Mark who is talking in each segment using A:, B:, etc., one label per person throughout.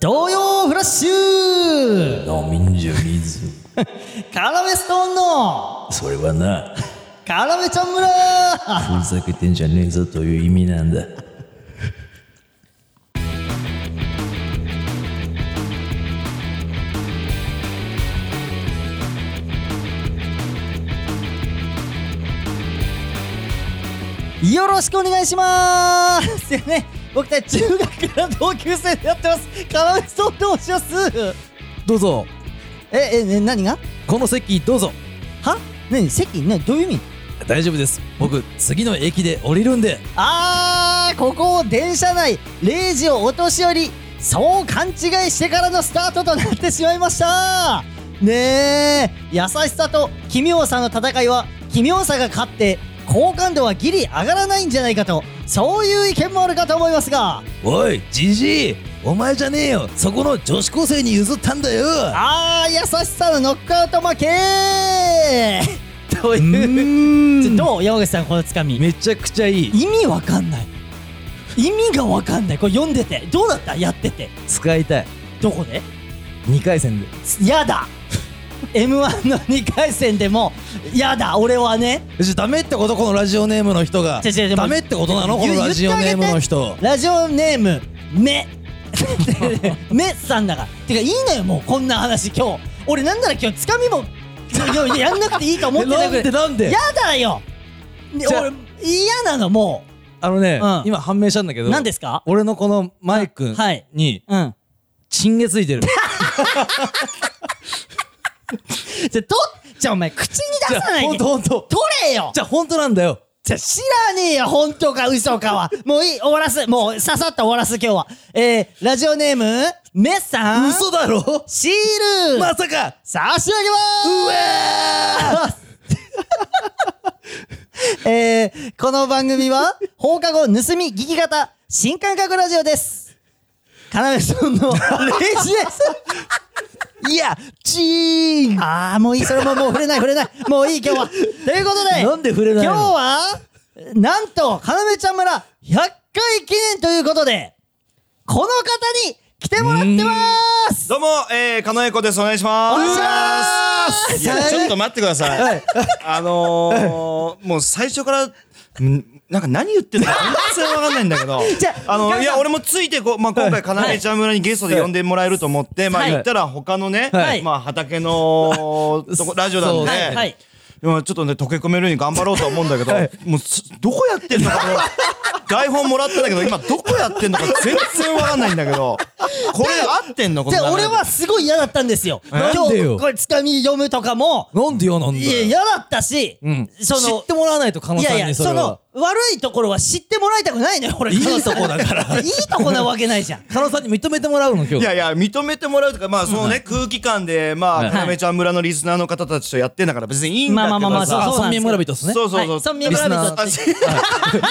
A: 童謡フラッシュ
B: 飲みんじゃ水
A: カラメストーンの
B: それはな
A: カラメちゃん村
B: ふざけてんじゃねえぞという意味なんだ
A: よろしくお願いしまーすよね僕たち中学から同級生でやってますカラメストーンと申します
C: どうぞ
A: え、え、ね、何が
C: この席どうぞ
A: は何席何どういう意味
C: 大丈夫です僕次の駅で降りるんで
A: あーここを電車内0時をお年寄りそう勘違いしてからのスタートとなってしまいましたねえ優しさと奇妙さの戦いは奇妙さが勝って好感度はギリ上がらないんじゃないかとそういう意見もあるかと思いますが
B: おいじじいお前じゃねえよそこの女子高生に譲ったんだよ
A: あー優しさのノックアウト負けという
C: ーん
A: どう山口さんこのつかみ
C: めちゃくちゃいい
A: 意味わかんない意味がわかんないこれ読んでてどうだったやってて
C: 使いたい
A: どこで
C: 2回戦で
A: やだ m 1の2回戦でもやだ俺はね
C: えじゃあダメってことこのラジオネームの人が
A: 違う違う違う
C: ダメってことなのこのラジオネームの人
A: ラジオネームめ めさんだからてかいいのよもうこんな話今日俺なんなら今日つかみも いややんなくていいと思ってたぐら
C: えなん
A: い
C: でなんで
A: やだよね
C: じゃあ
A: 俺嫌なのも
C: あのね、
A: うん
C: 今判明したんだけ
A: う
C: ど
A: 何ですか
C: 俺のこのマイク
A: はい
C: に
A: うん
C: チンゲつい てる
A: じゃあとじゃあお前口に出さない
C: ほん
A: で
C: と
A: 取
C: ほんと
A: れよ
C: じゃあほんとなんだよ
A: じゃ知らねえよ、本当か嘘かは。もういい、終わらす。もう、ささっと終わらす、今日は。えー、ラジオネーム、メッさん。
C: 嘘だろ
A: シール、
C: まさか
A: 差し上げ まーす えー、この番組は、放課後盗み聞き型、新感覚ラジオです。カナメさんの0時です。
C: いやチーン
A: あー、もういい、それももう触れない、触れない。もういい、今日は。ということで、
C: なんで触れない
A: 今日
C: の
A: はなんとかなめちゃん村100回記念ということでこの方に来てもらってます
D: どうも、えー、かのえこです。お願いしま
A: お
D: す。
A: 願いします
D: いや、ちょっと待ってください。あのー、もう最初から、んなんか何言ってるのか全然わかんないんだけど
A: じゃ。あ
D: あ
A: ガ
D: の、
A: ミ
D: い
A: さん
D: や、俺もついてこう、まあ、今回、かなえちゃん村にゲストで呼んでもらえると思って、まあ、
A: はい
D: 言ったら他のね
A: はい、
D: まあ、畑の、とこラジオなん
A: はいはい
D: で、まあちょっとね、溶け込めるように頑張ろうと思うんだけど、もうす、どこやってんのかと思って、台本もらったんだけど、今どこやってんのか全然わかんないんだけど、これ合ってんのこ
A: じ
D: の
A: ゃあ
D: 流れ
A: 俺
D: で
A: はすごい嫌だったんですよ
C: なんでよ
A: 今日これつかみ読むとかも
C: なんでよなんだ
A: いや
C: よ
A: 嫌だったし、
C: うん
A: そ
C: 知
A: の
C: ってもらわないと狩野
A: い
C: さ
A: や
C: ん
A: いや
C: にそ
A: そ
C: れは
A: の悪いところは知ってもらいたくないのよ俺
C: いい
A: 狩野さん
C: とこだから
A: いいとこなわけないじゃん
C: 狩野さんに認めてもらうの今
D: い
C: 日
D: やいや、認めてもらうとか、まあ、そのね、空気感で、ま
C: は
D: あ、
C: い
D: かなめちゃん村のリスナーの方たちとやってんだから、別にいいんだ
A: まあ
D: け
A: まあまあま
D: ど
A: あそう
C: あ
D: さ。
A: そうなん
C: 村民村
A: です
C: 人ですね
D: そうそうそう。
A: はい村民村人
D: あせ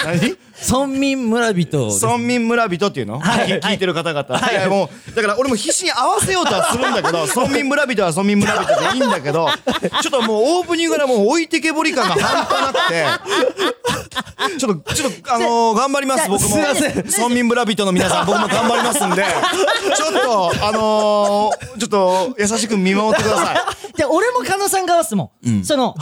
D: 何
C: 村民村人です
D: 村民村人っていうの
A: はい
D: 聞聞いてる方々。いや、もう、だから俺も必死に合わせようとはする んだけど、村民村人は村民村人でいいんだけど、ちょっともうオープニングからもう置いてけぼり感が半端なくて、ちょっと、ちょっと、あのー、頑張ります、僕も。
A: すいません
D: 村民村人の皆さん、僕も頑張りますんで、ちょっと、あのー、ちょっと、優しく見守ってく ださい。
A: で俺も狩野さん側っすもん、その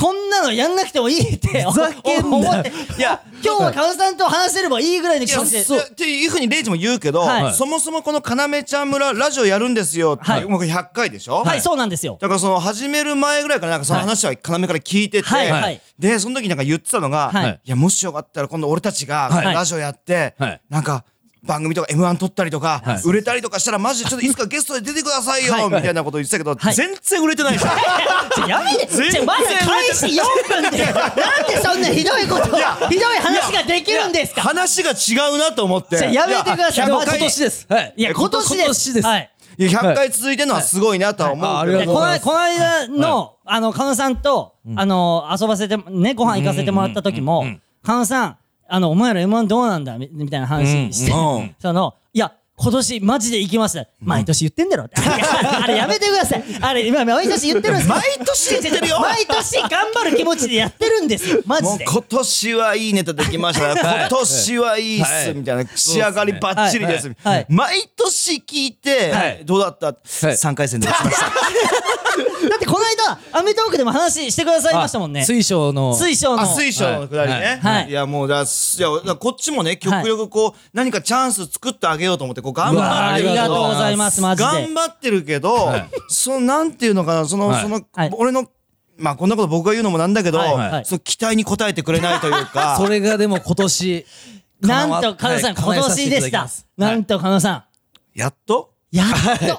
A: こんなのやんなくてもいいって
C: ざけんな
A: 思っていや今日は狩野さんと話せればいいぐらいの
D: い
A: 気
D: や
A: 持ちで
D: そうっていうふうにレイジも言うけど、
A: はい
D: そもそもこの「かなめちゃん村ラジオやるんですよ」って、
A: はい
D: もう100回でしょ、
A: はい、そうなんですよ。
D: だからその始める前ぐらいからなんかその話は要から聞いてて、
A: はいはい
D: でその時なんか言ってたのが、
A: はい
D: い、やもしよかったら今度俺たちが
C: はい
D: ラジオやって、
C: はい
D: なんか番組とか m 1撮ったりとか、
C: はい
D: 売れたりとかしたらマジでちょっといつかゲストで出てくださいよ、
A: はい
D: みたいなこと言ってたけど、
A: はい
D: 全然売れてないじゃん。
A: ちょやめて、
D: 全
A: ちょまず
D: 然
A: 開始4分で、なんでそんなひどいこと、ひどい話ができるんですか。
D: 話が違うなと思って。
A: ちょやめてください。
D: いや
A: マジ
C: 今
A: で
C: 年ですはい
A: いや、今年です。
C: 今年です
A: はい。
D: いや100回続いてるのはすごいなとは思うけど、
C: はいあり
A: い
C: が
A: や
C: とう
A: こ
C: ご
A: の
C: ざいます
A: この間の、あの、狩野さんと、あの、遊ばせて、ね、ご飯行かせてもらった時も、狩野さん、あの、お前ら M1 どうなんだみみたいな話して
D: うんうん、
A: その、いや、今年マジで行きます。毎年言ってん だろ。あれやめてください。あれ、今毎年言ってるんです毎年言ってるよ。毎年頑張る気持ちでやってるんですよ。マ
D: も
A: ジ
D: う
A: で。
D: 今年はいいネタできました。今年はいいっ
B: は
D: す、
B: い
D: みたいな。仕上がりバッチリです。
A: はいはい
D: 毎年聞いて、
B: はい
D: どうだった、?3 回戦で落ちました。
A: だってこの間、アメトークでも話してくださいましたもんね。
C: 水晶の。
A: 水晶の。
D: あ、水晶のくだりね。
A: はい
D: い
A: はい
D: や、もうだ、すいや、だこっちもね、極力こう、何かチャンス作ってあげようと思って、こう、頑
A: う
D: 張って
A: わあ
D: あ
A: あ
D: げ
A: り
D: よう
A: が
D: と
A: とうございます、マジで。
D: 頑張ってるけど、その、なんていうのかな、その、
B: はい
D: その
A: はい、
D: 俺の、まあ、こんなこと僕が言うのもなんだけど、
A: はいはい
D: その期待に応えてくれないというか、
C: それがでも今年。
A: なんと、カ
C: 叶わ
A: ノさん、
C: はい
A: 今
C: 叶えさせ
A: 年
C: てい
A: で
C: だ
A: し
C: きま
A: た
C: す。はい
A: なんと、カノさ
D: やっと
A: ん。やっと、やっ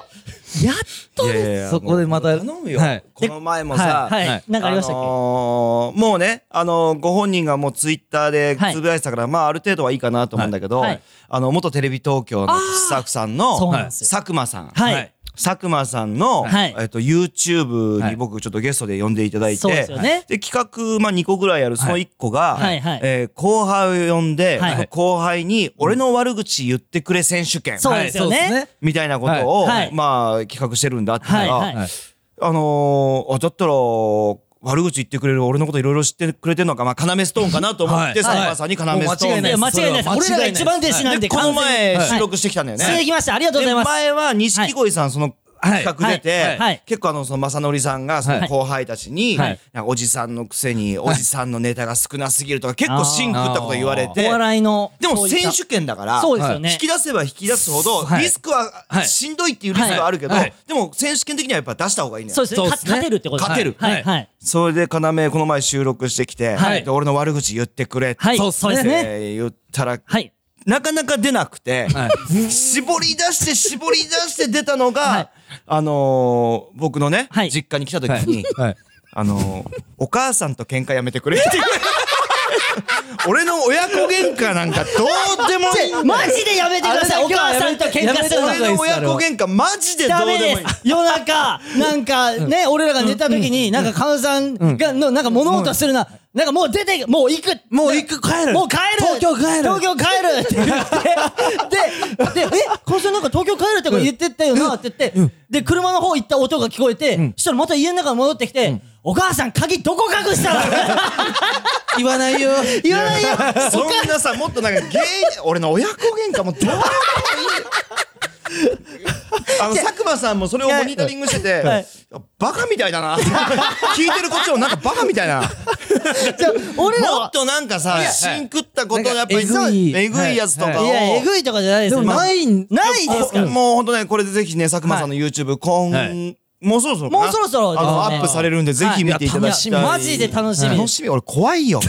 A: と
D: いやい
A: で
D: やい
A: す。
C: そ
D: や
C: こでまた
D: 頼むよ。
C: はい
D: この前もさ、
A: はい、は
C: はいい。
A: なんかありましたっ
D: あ
A: け
D: のーもうね、あのーご本人がもうツイッターで
A: はい
D: つぶやいてたから、まあある程度はいいかなと思うんだけど、
A: はいはい
D: あの、元テレビ東京のスタッフさんの、
A: そうなんですよ
D: 佐久間さん。
A: はい。
D: 佐久間さんの、
A: はい
D: えっと、YouTube
C: は
D: に
C: い
D: 僕ちょっとゲストで呼んでいただいて、
A: そうですよね
D: で企画、まあ、2個ぐらいあるその1個が、
A: はいはいはい
D: えー後輩を呼んで、
A: はい
D: その後輩に俺の悪口言ってくれ選手権、
A: そうですよ
C: はいそう
A: ね
C: で。
D: みたいなことを、
A: はいはい
D: まあ、企画してるんだって言ったら、
A: はいはい
D: あのーあだったら悪口言ってくれる俺のこといろいろ知ってくれてるのか、まあ、要ストーンかなと思って、
C: はい
D: 佐久間さんに要ストーン
A: い
D: で
A: や、間違いない
C: それは間違い
A: です。
C: ない
A: 俺らが一番弟子なんで、
D: でこの前
A: 完全に
D: 収録してきたんだよね。
A: はいしてきました。ありがとうございます。
D: 前は錦鯉さんその
C: はい
D: 企画出て、
A: はいはい
D: 結構あのその正則さんがその後輩たちに、
A: はい
D: なんかおじさんのくせにおじさんのネタが少なすぎるとか結構芯食ったこと言われ
A: お
D: て
A: 笑いの。
D: でも
A: そういった
D: 選手権だから
A: そうですよね
D: 引き出せば引き出すほど
C: はい
D: リスクは
C: はい
D: しんどいっていうリスクはあるけど、
C: はい
D: でも選手権的にはやっぱ出した方がいいね
A: そうですね。
C: そう
A: か
C: ですね
A: 勝てるってことです
D: 勝てる
A: はい。はい。
D: それで要この前収録してきて、
A: はい
D: で俺の悪口言ってくれって、
A: はい。
C: そうっすね
A: そうですね。
D: えー言ったら
A: はい。
D: なかなか出なくて、
C: はい
D: 絞り出して絞り出して出たのが、
A: はい
D: あのー僕のね、
A: はい
D: 実家に来た時に、
C: はい。
D: あのーお母さんと喧嘩やめてくれって言われて 俺の親子喧嘩なんかどうでもいいんだ
A: マジでやめてください。お
C: あれだけは
A: 母さんと喧嘩するの
C: やめてください
D: 俺の親子喧嘩マジでど
A: ダ
D: う
A: メ
D: で
A: で
D: もいい
A: す夜中、なんかね、俺らが寝た時に、なんかカウさんが、のなんか物音するな、なんかもう出て、もう行く
C: もう行く帰る
A: もう帰る
C: 東京帰る
A: 東京帰るって言って、で、で、え、カウさんなんか東京帰るとか言ってったよなって言って、で、車の方行った音が聞こえて、そしたらまた家の中に戻ってきて、お母さん鍵どこ隠したの
C: 言わないよ。
A: 言わな いよ
D: そんなさもっとなんか芸人俺の親子喧嘩もどうでもいいあの佐久間さんもそれをモニタリングしてて、
A: はい
D: バカみたいだな聞いてるこっちもなんかバカみたいな
A: じゃあ俺ら
D: もっ
A: は、
D: となんかさ、シン食ったことをやっぱり
C: なんかえぐい
D: えぐいやつとか
A: い
D: を。
A: や、えぐいとかじゃないですよ
C: でもないん
A: ないですから。
D: もうほんとね、これでぜひね、佐久間さんの YouTube、
C: は
D: 今、もうそろそろかな。
A: もうそろそろです
D: あ
A: ね
D: の、アップされるんで、ぜひ見ていただきたい。
A: マジで楽しみで
D: 楽
A: す。
D: しみ、俺怖 いよ。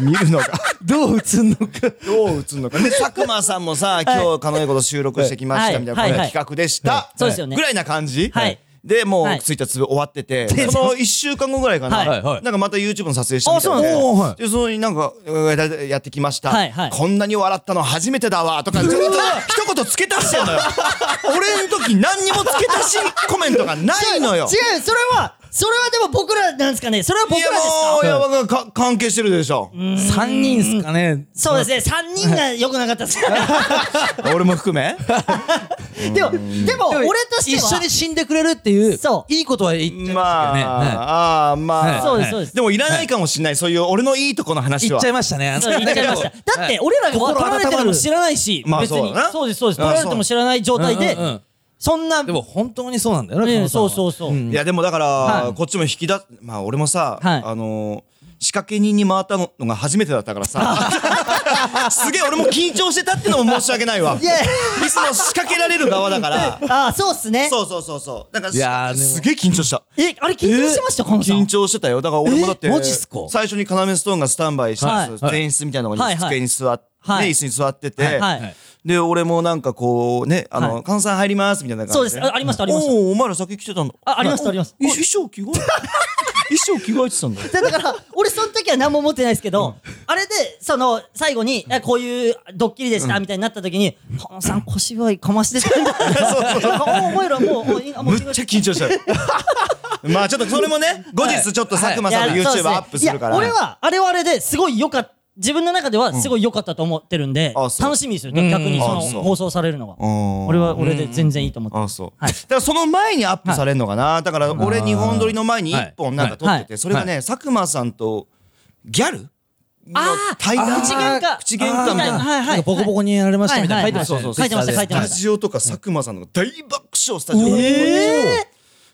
D: 見るのが。
C: どう映んのか。
D: どう映るのか。で、佐久間さんもさ、今日、かのえこと収録してきましたみたいな、
A: はい
D: こ
A: は
D: れ
A: い
D: 企画でした。
A: そうですよね
D: ぐらいな感じ。
A: はい
D: で、も
A: は
D: う
A: い、
D: ツイッターつぶ終わってて、その1週間後ぐらいかな。
A: はい
C: はいはい
D: なんかまた YouTube の撮影してみたい
A: あそうなんです
C: かおーはい
D: で、そのになんか、えーやってきました
A: はいはい。
D: こんなに笑ったの初めてだわ、とか、ずっと一言付け足してんのよ。 俺の時何にも付け足しコメントがないのよ。
A: 違う、それは、それはでも僕らなんですかね。それは僕
D: い
A: らです
D: や
A: か
D: もう、やばくか関係してるでしょ。
C: 三人っすかね。
A: そうですね、三人が良くなかったです。
D: 俺も 含め。
A: でも、でも、俺として
C: 一緒
A: は
C: に、死んでくれるっていう、
A: そう
C: いいことは言ってました
D: ま
C: けどね。はい
D: あ、ああ、まあ。
A: そうです、そうです。
D: でもいらないかもしれない、そういう俺のいいとこの話
C: 言っ
D: は
C: ちゃ。いましたね。あの
A: そう言っちゃいました。だって、俺らが
C: 心温まる
A: 取られてるのも知らないし、
D: まあ
A: 別に
D: そうだな
A: そうです、そうです。
D: うん
A: 取られても知らない状態で
C: うんうんうん、
A: そんな、
C: でも本当にそうなんだよな、
A: ね
C: ね、。
A: そうそううそう。
D: いやでもだから、こっちも引き出まあ俺もさ、
A: はい
D: あのー仕掛け人に回ったのが初めてだったか らさすげえ俺も緊張してたってのも申し訳ないわい
A: いや、
D: つも仕掛けられる側だ から
A: ああ、そうっすね。
D: そうそうそうそうだから
C: いやーでも
D: すげえ緊張した
A: え、あれ緊張してました、このさ
D: 緊
A: ん。
D: 張してたよだから俺もだって
C: えマジっすか
D: 最初に要ストーンがスタンバイして、
A: はい
D: そう前室みたいなのに
A: はいはい
D: 机に座って、
A: はい
D: ね椅子に座ってて、
A: はい
C: はい
D: で俺もなんかこうね「あの、
A: は
D: 関西入ります」みたいな感じ
A: そうです。あありました、ありました。
D: おおお前ら先来てたんだ
A: あありましたありました
D: お衣装着替 え衣装着替えてたんだ
A: でだから、俺その時は何も持ってないですけど、あれで、その、最後に、えこういうドッキリでした、みたいになった時に、このさん小芝居かましてたんだ。なんかおお前らもう、おいいあもう
D: むっちゃ緊張し たよまあちょっとそれもね後日ちょっと佐久間
A: いや
D: さんの
A: そうです
D: YouTube
A: ね
D: アップするから
A: いや俺は、あれはあれですごい良かった。自分の中ではすごい良かったと思ってるんで、
D: あそう
A: 楽しみですよ。逆にその
D: あそう
A: 放送されるのが。俺
D: 俺
A: は俺で全然いいと思って。
D: あそう、だからその前にアップされるのかな、だから俺日本撮りの前に1本なんか撮ってて、
A: はい
D: それがね、佐久間さんとギャルの対談
A: 口喧嘩
D: 口喧嘩みたいな
A: はいはい。
B: ボコボコにやられましたみたいな書いてました
A: はい
B: よね
A: はいはい書いてました、書いてま
D: ラ
A: した。
D: ジオとか佐久間さんの大爆笑スタジオで、
A: え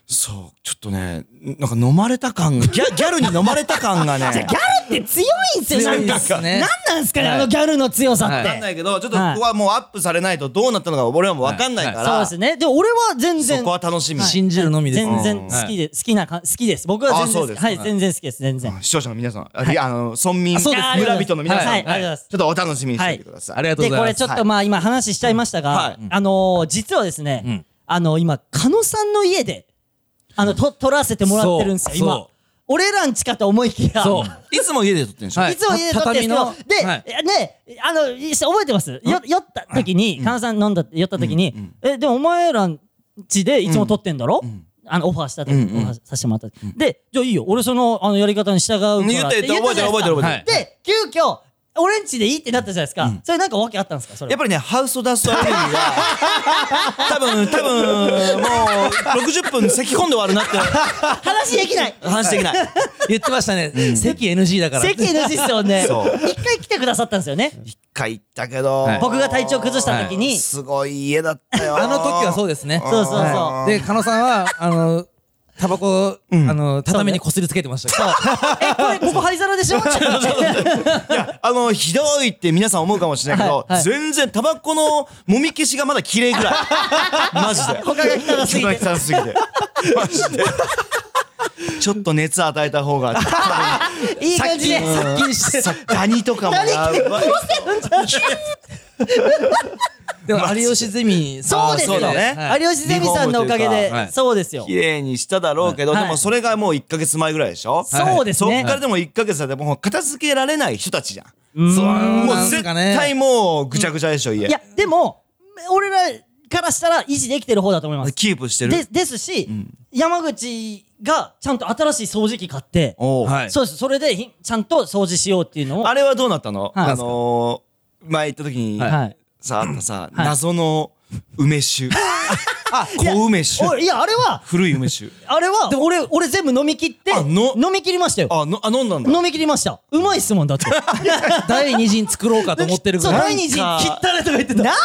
D: そうちょっとねなんか飲まれた感がギャギャルに飲まれた感がね
A: ー、ギャルって強いんすよ、
D: 強い
A: なんか。
D: んすよ
A: なんなんすかね、あのギャルの強さっ
D: わかんな
A: て。
D: いけどちょっとここはもうアップされないとどうなったのか俺らもわかんないから、
A: そうですね。で、俺は全
D: そ
A: 然
D: こ。は楽しみ、
B: 信じるのみですね
A: 全然好きで、好きなか、好きです。僕は
D: あそ
A: 全
D: うで
A: 然、
D: す
A: はい、
D: はい
A: 全然好きです、全然。
D: 視聴者の皆さん、あいやあの村民
A: あそうです
D: 村人の皆さん、
A: はいはいありがとうございます
D: ちょっとお楽しみにしておいてください。
B: ありがとう
A: で
B: ござ
A: これ
B: います
A: ちょっとまあ今話しちゃいましたが、
D: はい
A: あのー、実はですね、あの今狩野さんの家であのと撮らせてもらってるんですよ
B: そう
A: 今
B: そう
A: 俺らんちかと思いきや
B: そう
D: いつも家で撮ってるんでしょ、
B: はい
A: いつも家で撮ってるんですけど、
B: 畳の
A: で、
B: はい
A: ねあのい覚えてますよ酔った時に狩野さん飲んだって酔った時に、えでもお前らんちでいつも撮ってんだろ、あのオファーした時、オファーさせてもらった時、でじゃあいいよ俺そのあのやり方に従うからって
D: 言って言って覚えてる覚えてる覚えてる。
A: で急遽俺んちでいいってなったじゃないですか、それなんか訳あったんですかそれは
D: やっぱりね、ハウスダストアレルギーが、 多分、多分、もう、60分咳込んで終わるなって
A: 話できない
D: 話できない。
B: 言ってましたね席 NG だから
A: 席 NG っすよね
D: そう
A: 一回来てくださったんですよね
D: 一回行ったけど、
B: はい
A: 僕が体調崩した時に
D: すごい家だったよ。
B: あの時はそう
D: う
B: ですね
A: そうそうそう
B: はいで狩野さんはあのタバコをあの畳にこすりつけてましたけど
A: えこれここ灰皿でしょ
D: あの、ひどいって皆さん思うかもしれないけど、
A: はいはい
D: 全然タバコのもみ消しがまだ綺麗ぐ らい。マジで。
A: 他が汚すぎて
D: 人が汚すぎて。マジ で。ちょっと熱与えた方 が。
A: いい感じで
D: 殺菌してダニとかもやばい。
B: でも有吉ゼミ
A: そ
B: さ
A: うんですよ
D: そうだね
B: はい
A: 有吉ゼミさんのおかげ
D: リフォームという
B: かはい
A: でそうですよ
D: 綺麗にしただろうけど、
A: はい
D: でもそれがもう1ヶ月前ぐらいでしょ、
A: そうです
D: そっ
A: ね
D: からでも1ヶ月だってもう片付けられない人たちじゃん。
B: そうな
D: もうん絶
B: すかね
D: 対もうぐちゃぐちゃでしょ、家。
A: いやでも俺らからしたら維持できてる方だと思います
D: キープして
A: で
D: る。
A: ですし山口がちゃんと新しい掃除機買って
D: おう
B: はい
A: そうですそれでひちゃんと掃除しようっていうのを
D: あれはどうなったの、
A: はい
D: あのー、前行った時に、
A: はい
D: さ、あったさ、
A: い
D: 謎の 梅酒。あ、小梅酒。
A: おいやあれは
D: 古い梅酒。
A: あれは俺俺全部飲み切って
D: あの
A: 飲み切りましたよ
D: あ、のあ飲んだんだ。
A: 飲み切りました。うまいっすもん、 だって。
B: 第二陣作ろうかと思ってるぐ
A: そう、
B: ら
A: 第
B: い
A: 二次、
D: なん
A: 切っ
D: か
A: たれとか言ってた。なんだ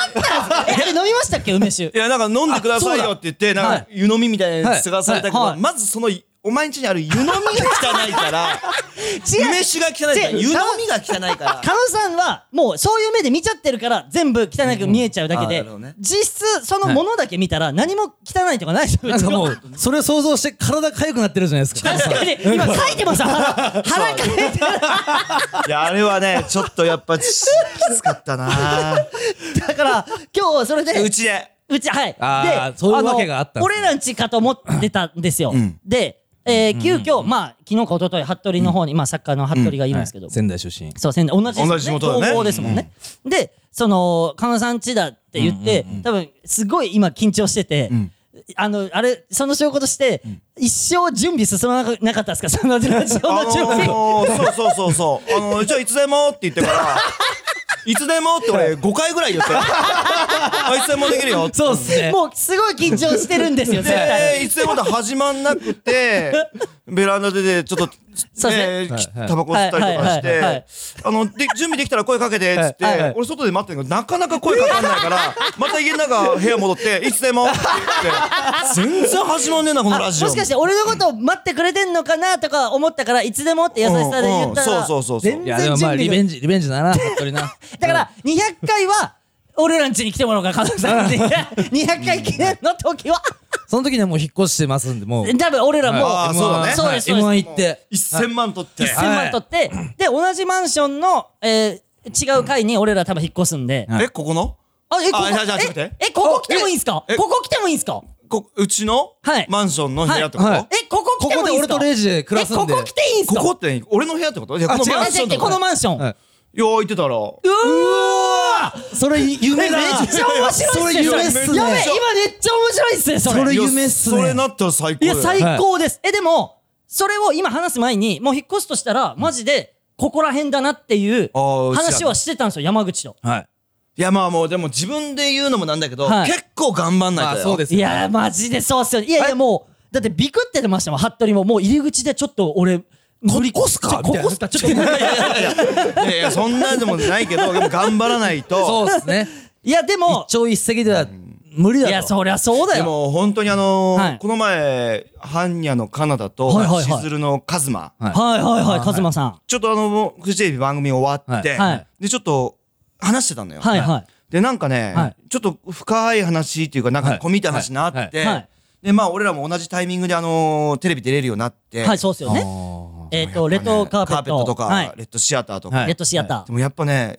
A: え、あれ飲みましたっけ、梅酒
D: い。や、なんか飲んでくださいよって言って、なんか湯飲みみたいな
B: は
D: や
B: い
D: つ探されたけど、
A: はい
D: まずその、お前ん家にある湯飲みが汚いから、梅酒が汚いから、
A: 違う
D: 湯飲みが汚 いから。
A: カノさんは、もう、そういう目で見ちゃってるから、全部汚く見えちゃうだけで
D: うんうんあなるほどね、
A: 実質、そのものだけ見たら、何も汚いとかないです よ。
B: なんかも
A: うち
B: うそれを想像して体痒くなってるじゃないですか
A: 確かに、今書いてま した。腹腹かいて
D: いや、あれはね、ちょっとやっぱ、きつかったな
A: だから、今日、それで、
D: うちで。
A: うち、はい。
B: あーそういうわけがあったん
A: の
B: ですね
A: 俺らんちかと思ってたんですよ。で、えー急遽、まあ、昨日か一昨日服部の方に、まあ、作家の服部がいるんですけど、
B: 仙台出身
A: そう、仙台、同じですもん
D: 同じ地元だね
A: 東宝ですもんね。で、その、狩野さん家だって言って、多分、すごい今緊張してて、あの、あれ、その証拠として、一生準備進まなかなかったですかそのラジオ
D: あ
A: の準備。
D: のー、そうそうそ うそう。あのー、じゃあいつでもって言ってから、いつでもって俺5回ぐらい 言って。あ、いつでもできるよって。
B: そうっすね
A: もう、すごい緊張してるんですよ、絶対。
D: で、いつでもまだ始まんな くて、ベランダでねちょっと、
A: そう
D: ね、
A: で
D: き
B: はいはい
D: タバコ吸ったりとか
A: は
D: し
A: いはいはいは
D: て
A: い、
D: あの、で、準備できたら声かけて、つっ
A: はいはいは
D: て
A: い、
D: 俺外で待ってるけど、なかなか声かかんない から、また家の中、部屋戻って、いつでもって言って、全然始まんねえな、この
A: あ
D: ラ
A: も
D: ジオ。
A: しかして俺のことを待ってくれてんのかなとか思ったからいつでもって優しさで言ったら、
D: うんうんそうそうそうそう
A: 全
B: いやで
A: 然
B: もまあ
A: 準
B: リ
A: 備
B: ベ
A: が
B: ンジリベンジ だな服部な
A: だから200回は俺らん家に来てもらおうか加藤 さんに200回記念の時は
B: その時にはもう引っ越してますんでもう
A: 多分俺らもう
D: あーそうだね
A: そうですそうです
B: M1 行って
D: 1000万取って。
A: 1000万取ってで同じマンションのえー違う階に俺ら多分引っ越すんで
B: はい
D: え、ここの
A: あえここ
D: あじゃあじゃあちょっと
A: え
D: 待って
A: えここ来てもいいんすか
D: え
A: ここ来てもいいんすか
D: こうちの
A: はい
D: マンションの部屋ってこ
B: はいは
D: と
B: い
A: えここ来てもいいんすか
B: ここで俺とレイジで暮らすんで
A: えここ来ていいんす
D: こ
A: か
D: こって俺の部屋ってこといやこの
B: あ違う
D: マ
A: あ
D: ン
A: じ
D: シ
A: ゃ
D: ョ
A: あ
D: ンの
A: このマンション
B: はい
D: よう行ってたら。
A: うわー
B: それ
A: め
B: 夢
A: っ
B: だ
A: ちゃ面白いっすね
B: それ夢っすね
A: やべえ今めっちゃ面白いっすねそれ
B: それ
D: いや
B: 夢っすね
D: それなったら最高
A: い
D: だ
A: や
D: よ。
A: 最高ですえでもそれを今話す前にもう引っ越すとしたらマジでここら辺だなっていう
D: あー
A: 話はしてたんですよ、山口と。
C: はい。
D: いやまあもうでも自分で言うのもなんだけど、
A: はい
D: 結構頑張んないと
C: あ、
D: だよ
C: そうです
A: い
C: よ
A: やー、マジでそうっすよね。いやい
D: え
A: や、もう、だってビクって出ましたもん、服部も。もう入り口でちょっと俺、無理
C: こすか
A: ちょ
C: みたいな
A: こすかちょっと無理。
D: いやいやそんなんでもないけどでも頑張らな いと
C: そうですね。
A: いや、でも、
C: 一朝一夕では無理
A: い
C: だと。
A: や、そりゃそうだ
D: で
A: よ。
D: も本当にあのー
A: はい
D: この前般若のカナダと
A: はいはいはい
D: しずるのカズマ
C: はい
A: はいはいはい、カズマさん。
D: ちょっとあのもうフジテレビ番組終わって、
A: はいはい
D: でちょっと話してたのよ、
A: はいはい。
D: でなんかね、
A: はい
D: ちょっと深い話っていうかなん
C: は
D: か
C: い
D: 込み入った話になって、
A: はいはい
D: でまあ俺らも同じタイミングであのーテレビ出れるようになって、
A: はい、そうっすよね。
D: ね
A: えっと、レッドカーペット。
D: とか、
A: はい。
D: レッドシアターとか、
C: はい
A: レッドシアタ
D: でもやっぱね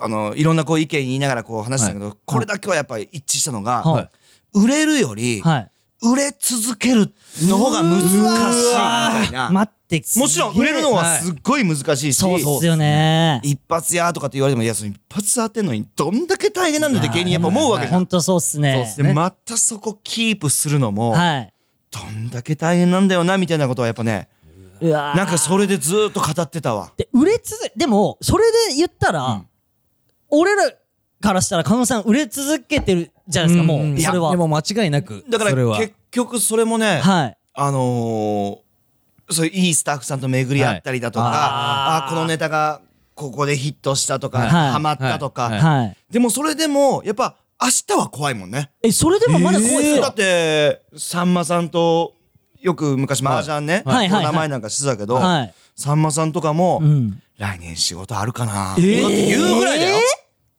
D: あのいろんなこう意見言いながらこう話したんだけど、これだけはやっぱり一致したのが、
A: ー。はい。
D: 売れるより、
A: はい。
D: 売れ続けるの方が難しいみたいな、
A: 待って、
D: もちろん売れるのはすっごい難しいし、
A: そうっすよね。
D: 一発やとかって言われてもいやその一発当てんのにどんだけ大変なんだって芸人やっぱ思うわけじゃ
A: ほ
D: ん。
A: んとそうっすね。
D: でまたそこキープするのも、
A: はい。
D: どんだけ大変なんだよなみたいなことはやっぱね
A: うわー
D: なんかそれでずーっと語ってたわ。
A: で、売れ続け、でも、それで言ったら、俺らからしたら、加納さん売れ続けてるじゃないですか、も
C: ん
A: う、それ
C: いやで
A: は。
C: も間違いなく。
D: だから
C: それは。
D: 結局それもね、
A: はい。
D: あのー、そういういいスタッフさんと巡り合ったりだとか、
C: はい
D: あ
A: あー
D: あこのネタがここでヒットしたとか、
A: はい
D: ハマったとか、
C: はい
A: はい。
D: でもそれでもやっぱ明日は怖いもんね。
A: え、それでもまだこう
D: え
A: い
D: ー
A: う
D: だってさんまさんとよく昔麻雀ね、
A: はいはい
D: この
A: はい
D: 名前なんかしてたけど、
A: はい
D: さんまさんとかも、
A: うん。
D: 来年仕事あるかな、とかって言うぐらいだよ、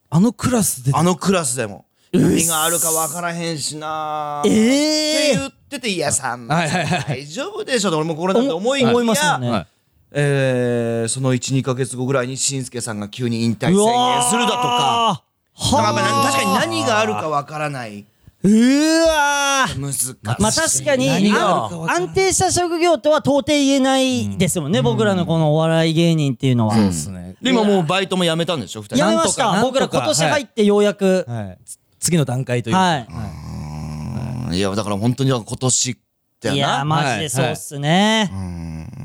C: あのクラスで。
D: あのクラスでも。何があるか分からへんしなーって
A: え
D: 言ってて、いや、さんまさん大丈夫でしょって俺もこれだ
A: ー
D: って思い
A: 思います
D: や
A: よね。
C: はい
D: えー、その1、2ヶ月後ぐらいに、しんすけさんが急に引退宣言するだとか。
A: は
D: なんかやっぱ
A: あ
D: 確かに何があるかわからない。
A: うわー
D: 難しい。
A: まあ確かに
C: 何がある
A: あ
C: かわ
A: の
C: からない
A: 安定した職業とは到底言えないですもんね、僕らのこのお笑い芸人っていうのは、
C: ですね。
D: で今もうバイトも辞めたんでしょ、二人。
A: やめました
C: なんと
A: 僕
C: からなんとか
A: 今年入ってようやく
C: はい。次の段階というか。
A: はい
D: うんいや、だから本当に今年だよ
A: い
D: な。
A: やーマジでそうっすね、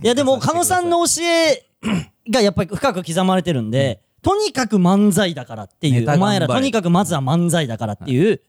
A: い、やでも狩野さんの教えがやっぱり深く刻まれてるんで、とにかく漫才だからってい
C: ネ
A: う
C: タ
A: お
C: 頑張れ
A: 前らとにかくまずは漫才だからっていう、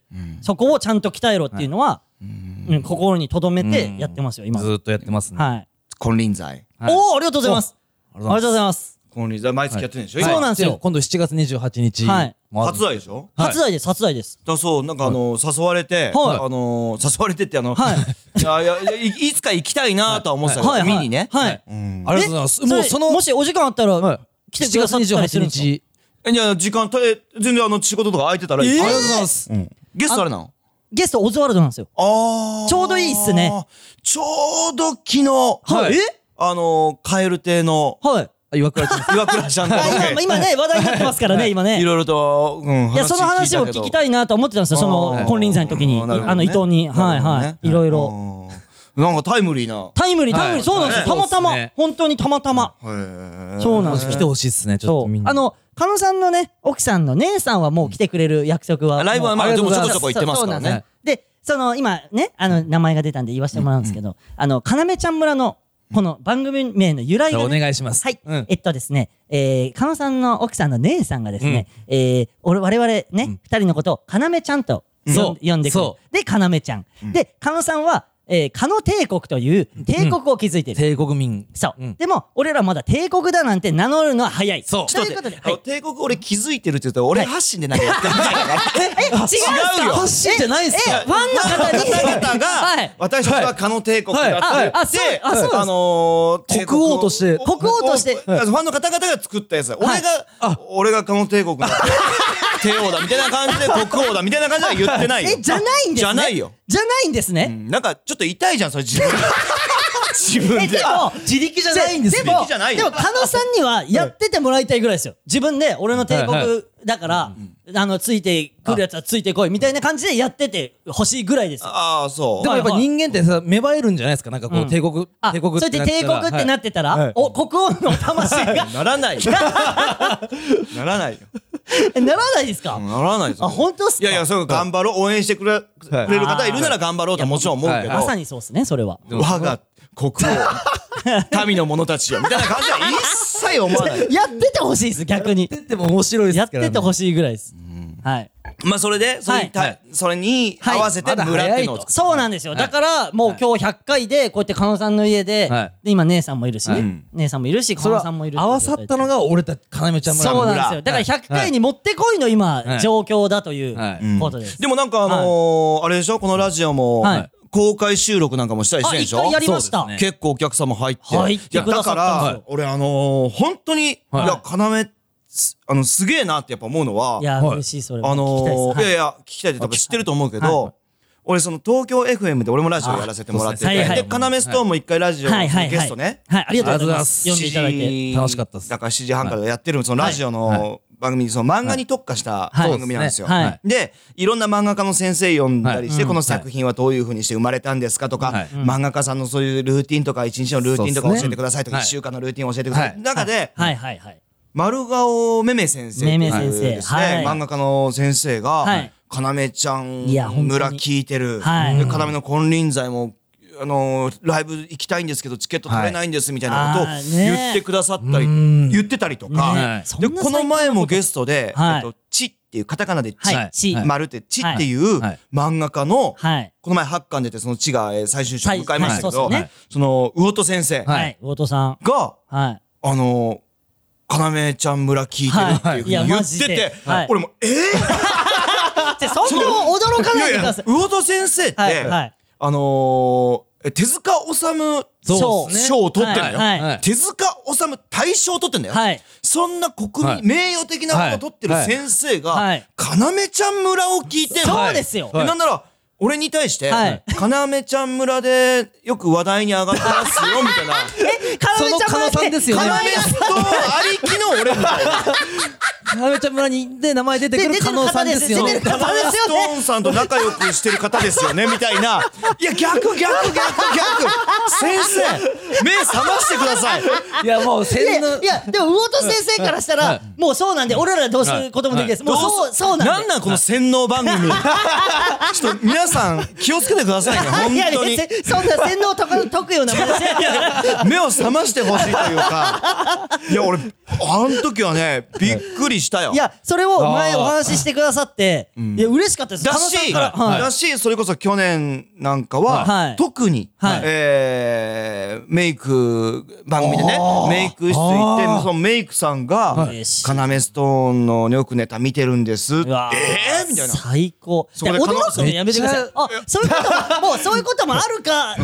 A: そこをちゃんと鍛えろっていうのは、うん、心に留めてやってますよ今、
C: ずーっとやってますね。
A: はい、
D: 金輪際。
C: はい
A: おおありがとうございますあ
C: りがとう
A: り
C: ご
A: がとうございます
D: 金輪際、毎月やってるんでしょ、
A: はい
D: 今
A: そうなんですよ
C: 今度7月28日。
A: はい
C: まず
D: 初代でしょ
C: はい
A: 初台です初台です
D: だそう、なんかあの、誘われて、
A: はい
D: あの、誘われてって あの、
A: はい
D: いやいやいや、いいつか行きたいなとは思ってたけど
A: はいはい
D: 見にね。
A: はい
D: うん
C: ありがとうございます。
A: え
C: もう
A: れ
C: その、
A: もしお時間あったら、
C: はい
A: 来てくださったりするんですか
C: 7月28日。
D: えじゃあ時間、たえ全然あの、仕事とか空いてたらいい
A: えー
C: ありがとうございます。
D: うんゲストあれなの
A: ゲストオズワルドなんですよ
D: ああ。
A: ちょうどいいっすね。
D: ちょうど昨日。はいえあの、カエル 亭の
A: はい
C: あ岩倉ちゃん。
D: 岩倉ちゃんと
A: あ今今ね話題になってますからね今ね
D: いろいろと、うん、
A: いや、その話を聞きた
D: い
A: いなと思ってたんですよ、そ
D: あー
A: の、金輪際の時に、
D: あーなるほどね
A: あの、伊藤に、はいはい、いろいろ。
D: ろ。うんなんかタイムリーな。
A: タイムリー、
C: はい
A: タイムリー、そうなんですよ、
C: そ
A: た
C: うで
A: ま
C: ね
A: すたま、本当にたまたま。
D: へえ
A: そうなんですよ
C: 来てほしいっすね。ちょっ
A: そ
C: とみん
A: う。
C: な。
A: あ、の、加野さんのね、奥さんの姉さんはもう来てくれる約束は。
D: ライブはまあ
A: もう
D: でも
A: ありが
D: ちょ
A: う
D: こちょこ行ってますか
A: そうそうな
D: らね
A: んですよで、その、今ね、あの、名前が出たんで言わせてもらうんですけど、あの、かなめちゃん村の、この番組名の由来が
C: お
A: ね、
C: 願いします。
A: はい、
C: うん。
A: えっとですね、えー、加納さんの奥さんの姉さんがですね、えー、俺我々ね、二、人のことをかなめちゃんと呼ん
C: そう
A: 呼んでくる
C: そ。
A: で、かなめちゃん。で、加納さんは、えー、加納帝国という帝国を築いてる。
C: 帝国民。
A: そう、
C: うん
A: でも、俺らまだ帝国だなんて名乗るのは早い。
C: そう
A: ということで、
D: あ
A: は
D: の
A: い。
D: 帝国俺気づいてるって言うと、俺発信でなんか やってるみたいだから。
A: え、違うんす
D: 違うよ
A: か
C: 発信じゃないっすか
A: え、えファンの方に。
D: 方が、
A: はい。
D: 私たちは狩野帝国だ
A: はいはいあ
D: って
A: そう
D: 言って、
A: あそうなんです
D: あのー、
C: 国王として
D: 帝
A: 国王として
D: おおファンの方々が作ったやつだ。俺
A: はい
D: が、俺が狩野帝国だ。 帝王だみたいな感じで国王だみたいな感じでは言ってないよ。
A: え、じゃないんですね。
D: じゃないよ。。
A: じゃないんですね。
D: うんなんかちょっと痛いじゃん、それ 自分で。自分
A: え、
D: で
A: で。も、
C: 自力じゃないんですよ。
A: も、
D: 力じゃない
A: で
D: よ
A: も、狩野さんにはやっててもらいたいぐらいですよ。自分で、俺の帝
C: はいは
A: 国だから、あの、ついてくるやつはついてこい、みたいな感じでやっててほしいぐらいですよ。
D: ああ、そう
C: で。もやっぱ人間ってさ、芽生えるんじゃないですかなんかこ
A: うん
C: う、帝国、
A: あ、
C: 帝国。
A: それで帝国ってなっててた
C: は
A: ら
C: い、
A: お、国王の魂が
D: な らないよ。ならないよ。
A: えならないですか
D: ならないですよ
A: あ本当っすか
D: いやいや、そう頑張ろう。応援してくれくれる方いるなら頑張ろうとはもちろん思うけ
C: は
D: ど
A: ま。さにそうっすね、それは。
D: 我が、国 王、民の者たちよ、みたいな感じは一切思わない。
A: やっててほしいです、逆に。
B: でも面白い
A: や
B: で
A: っ
B: すからね
A: ててほしいぐらいです。はい。
D: まあそれで、それにた
A: はい
D: それに合わせて
B: はい
D: 村っていうの
B: まだ早い
D: を作っ
A: そうなんですよ。だから、もう今日100回で、こうやって加納さんの家で
B: はい、
A: で、今姉さんもいるし
D: は
A: ね
D: い。
A: 姉さんもいるし、加
B: それ
A: 納
B: は
A: さんもいる
B: 合わさったのが俺たち要ちゃん村
A: そうなんですよ。だから100回にもってこいの
B: は
A: 今、
B: い
A: 状況だという
B: はい
D: うん
A: ことです。
D: でもなんかあのー、あれでしょこのラジオも
A: はい、
D: 公開収録なんかもしたりして
A: あ、
D: るでし
A: 一
D: ょ
A: 回やりました。
B: そうですね
D: 結構お客様入って。
A: 入っ
D: い
A: て
D: や
A: くだ
D: だ
A: さ
D: か
A: ったんです
D: ら
A: よ、、
D: 俺あのー、本当に、い
B: はい
D: や、要、すあの、すげえなってやっぱ思うのはい
A: や、
B: はい
A: 嬉しい、それは。
D: あ
A: 聞きたい
D: のー、い
A: で
D: や
A: す
D: いや、聞きたいって多分知ってると思うけど、俺その東京 FM で俺もラジオやらせてもらってて、
A: あそうですね
D: で、要ストーンも一回ラジオ
A: は
D: の
A: い。はい、はい、
D: ゲ
A: は
D: ス
A: い。
D: トね、
A: はい、ありがとうございます。
D: 7
A: 読んでいただいて。
D: 時
B: 楽しかったっす
D: だから7時半からやってるそのラジオ
B: はい
D: の番組、その漫画に特化した
A: はい
D: 番組なんですよ。
A: はいはい
D: で、いろんな漫画家の先生読んだりして、
A: はい
D: この作品はどういう風にして生まれたんですかとか、
B: はい
D: 漫画家さんのそういうルーティンとか、一日のルーティンとか
B: そうっすね
D: 教えてくださいとか、
B: はい
D: 一週間のルーティンを教えてください。
B: はい
D: 中で、
A: はい、はい、はい。
D: 丸顔めめ先生っていう
A: めめ先生
D: です
A: は
D: ね
A: い
D: 漫画家の先生
A: は
D: が
A: い
D: 要ちゃん
A: いや本当に
D: 村聞いてる
A: はい
D: で要の金輪際もあのーライブ行きたいんですけどチケット取れないんですみたいなことを
A: あーね
D: 言ってくださったり
B: うん
D: 言ってたりと
B: ね
D: か
B: はい
A: そん
D: で
A: な最
D: こ
A: 近
D: の前もゲストで「
A: はい
D: えっとち」っていうカタカナで「ち」
A: はい、チ
B: はい
D: 丸って「ち」っていう
B: はい
D: 漫画家の
A: はい。
D: この前8巻出てその「ち」がえー最終章迎えましたけ
A: はいはいそう
D: ど
A: ですね
D: その魚戸先生
A: はい、魚戸さん。
D: が「
A: はい。
D: あのー、要ちゃん村聞いてるっていうふう
A: はい
D: に
A: いや
D: 言
A: マ
D: って
A: ジで
D: て、
A: はい
D: 俺も、えー、
A: じゃ、そんな驚かないでください。
D: 魚戸先生って、
A: はい、はい。
D: あのー、え手塚治虫
A: そうっすね
D: 賞を取ってんだよ。
A: はいはい
D: 手塚治虫大賞を取ってんだよ。
A: はい
D: そんな国民、
B: はい
D: 名誉的なことを取ってる
B: はい
D: 先生が、
A: はい
D: 要ちゃん村を聞いてんの
A: そうですよ
D: でなんなら、俺に対して、
A: はい
D: 要ちゃん村でよく話題に上がってますよ、みたいな。
A: え、カ
B: その狩野さんですよ
D: 要
B: ね
D: とありきの俺みたいな。
B: 要ちゃん村にで名前出てくる
A: で出て
B: 加
A: る
B: 納さんですよ
A: 方です出てる
D: カナメストーンさんと仲良くしてる方ですよねみたいな。いや、逆、逆、逆、逆。先生、目覚ましてください。
B: いやもう
A: いや
B: 洗
A: いや
B: 脳
A: いや、でも、魚戸先生からしたら、もうそうなんで、俺らどうすることもできないです。もうそう、そうなん
D: なん
A: で。
D: なんこの洗脳 番組。ちょっと皆さん、気をつけてくださいね、
A: いや
D: 本
A: いや
D: 当に。
A: 別にそんな洗脳とか解くような話じゃない
D: 目を覚ましてほしいというか。いや、俺、あの時はね、びっくりしたよ。
A: いや、それを前お話ししてくださって、いや、嬉しかったです。
D: だ
A: 狩野さん
D: し、
A: からはい
D: だし、それこそ去年なんかは、
A: はい
D: 特に、
A: はい
D: えーメイク、番組でね、メイク室行って、そのメイクさんが、
A: い
D: カナメストーンのよくネタ見てるんです。えー
A: うわー
D: みたいな。
A: 最高。
D: そこで
A: いや驚くの
B: めっちゃ
A: やめてください。あ、そういうことも、もうそういうこともあるか、っ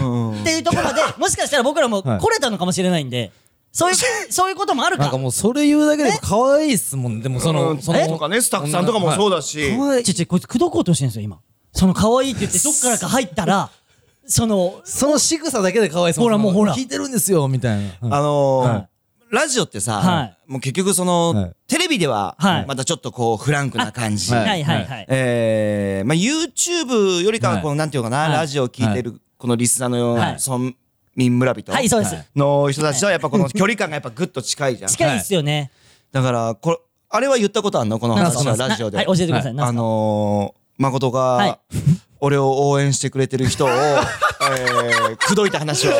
A: ていうところで、もしかしたら僕らも
B: はい
A: 来れたのかもしれないんで、そういう、そういうこともある
B: なん
A: か
B: か。もうそれ言うだけでも可愛いっすもんねでもそ
D: うん
B: のその
D: とかね、スタッフさんとかもそう
B: だ
D: だし。
A: ちょちょ、こいつ、口説こうとしてるんですよ、今。その、可愛いって言って、どっからか入ったら、その、
B: その仕草だけで可愛いっすもん
A: ほらもうほら
B: 聞いてるんですよみたいな
D: あのー
B: はい
D: ラジオってさ、
A: はい
D: もう結局その、
B: はい
D: テレビでは
A: はい、
D: またちょっとこう、フランクな感じ。
B: あ
A: はいは
B: はいい
A: はい。
D: えーまあ、YouTube よりかはこの、
B: は
D: なんていうのかな、
A: はい
D: ラジオを聞いてる、このリスナーのよう
A: は
D: ない村民村人
A: はい、そうです。
D: の人たちとはやっ ぱこの距離感がやっぱぐっと近いじゃん。
A: 近いですよね。
D: だから、これ、あれは言ったことあんのこの
A: なんす
D: 話
A: か
D: はラジオで。
A: はい、教えてください。なん
D: あ
A: すか
D: のー、誠
A: はい
D: が、俺を応援してくれて る人を、えー、口説いた話を。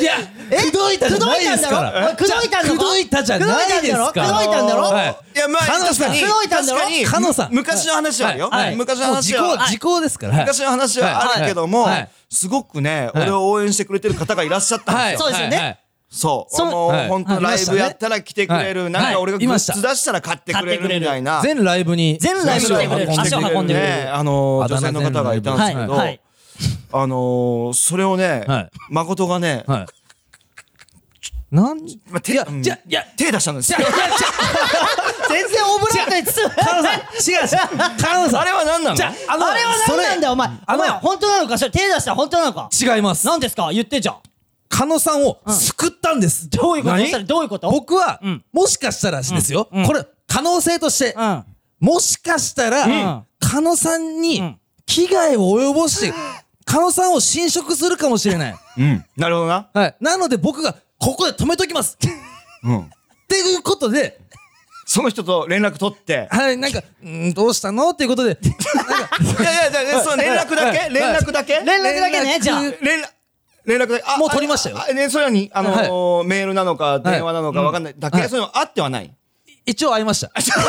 B: いやくどいたじゃないですから
A: くどいたんだろ
B: くどいたじゃないですから
A: くどいたんだろくどいたんだろ
B: はい
D: いや、まあ、
B: カノ
D: 確
B: さ
D: か
B: ん
D: に、
A: 口説いたん
D: 確
A: だろ
D: かに、
B: カノさん
D: 昔の話はあるよ。
B: はいはい
D: 昔の話は。
B: もう時効時効ですからはい
D: 昔の話はあるけども、
B: はいはい
D: すごくね、
B: はい
D: 俺を応援してくれてる方がいらっしゃったんですよ。
A: そうですよね
B: はいはい
D: そう。
A: その
D: もう、
B: はい
D: 本当ライブやったら来てくれる、
B: はい
D: なんか俺がグ
B: い
D: ッ
B: ました
D: ズ出したら買ってくれるみたいな。
B: 全ライブに
A: 全ライブに来てくれる足を運んでくれる
D: ね、あのー
B: あだ
D: 女
B: 名
D: 性の方がいたんで
A: は
D: す
A: い、
D: けど、
A: はい。
D: あのーそれをね、
B: はい
D: 誠がね、
B: はいなん
D: まあ、手、うん
B: じゃいや
D: 手出したんですよ。
A: 全然オブラートに包む。
B: カノさん違うしカノさん
D: あれは何なの
B: じゃあの
A: あれは何なんだよ、お前。お
B: あの
A: 前、本当なのかそれ手出したら本当なのか
B: それ違います
A: 何ですか言ってじゃん。
B: カノさんを救ったんです、
A: どういうこと
B: 何
A: それどういうこと
B: 僕は、
A: うん
B: もしかしたらですよ、
A: ん
B: これ可能性として、
A: うん。
B: もしかしたら、
A: うん
B: カノさん
A: う
B: に
A: ん
B: 危害を及ぼ して、カノさんを侵食するかもしれない、
D: うん。なるほどな。
B: はい、なので僕がここで止めときますっ
D: うん。
B: ていうことで
D: その人と連絡取って。
B: はい、なんか、うんどうしたのっていうことで、
D: いやいやいや、その連絡だけ連絡だけ
A: 連絡だけね、じゃあ。
D: 連絡連絡だけ。あ
B: もう取りましたよ
D: ああね、それに、あのーメールなのか、電話なのか、
B: はい
D: わかんない。だけ、
B: はい
D: そういうのあってはない。
B: 一応会いました。一応、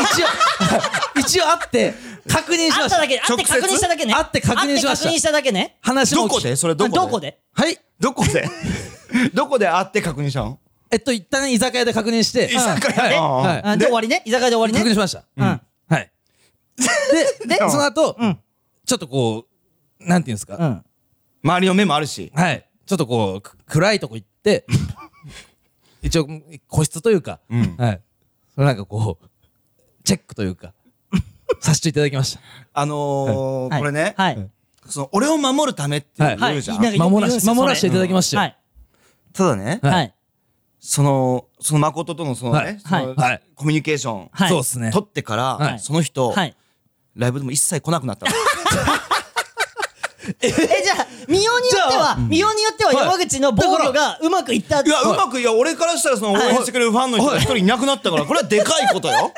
B: 一応会って、確認し
A: あ
B: ま
A: っ
B: したた
A: だ。け、あって
D: 直接
A: 確認しただけね。
B: 会って確認しま
A: 会っ
B: した
A: て確認しただけね。
B: 話も
D: ど
B: 聞
D: こでそれどこで
A: どこで
B: はい。
D: どこ でどこで会って確認したの
B: えっと、一旦居酒屋で確認して、
D: 居酒屋
B: はい
D: あ
B: はい
D: あ
A: あで、
D: で
A: 終わりね。居酒屋で終わり
B: 確認
A: ね。
B: しました。
A: うん。
B: はい。で、
A: で
B: その後
A: ん、
B: ちょっとこう、なんていうんです
A: う
B: か。
A: ん。
D: 周りの目もあるし。
B: はい。ちょっとこうく、暗いとこ行って、一応、個室というか、はい。それなんかこう、チェックというか、させていただきまし
D: あのー、
A: はい
D: これね、
A: はい。
D: その俺を守るためっていう
B: はい
D: 言うじゃん。
A: はいいや
B: 守らし
A: 言うんですよ
B: 守らしていただきましたよ
A: はい。
D: ただね、
B: はい
A: はい。
D: その、その誠とのその
B: は
D: ね
B: い、
D: その
B: はい
D: コミュニケーション、
B: た。
A: はい
B: そうですね。
D: 取ってか
B: は
D: ら、
B: い
D: その人、
A: はい。
D: ライブでも一切来なく なったの。
A: え、じゃあ、見ようによって
B: じゃ
A: は、見ようによっては山口の防御がうまくいったって
D: いや、うまく、いや、俺からしたら、その、応援してくれるファンの人が一人いなくなったから、これはでかいこと よ。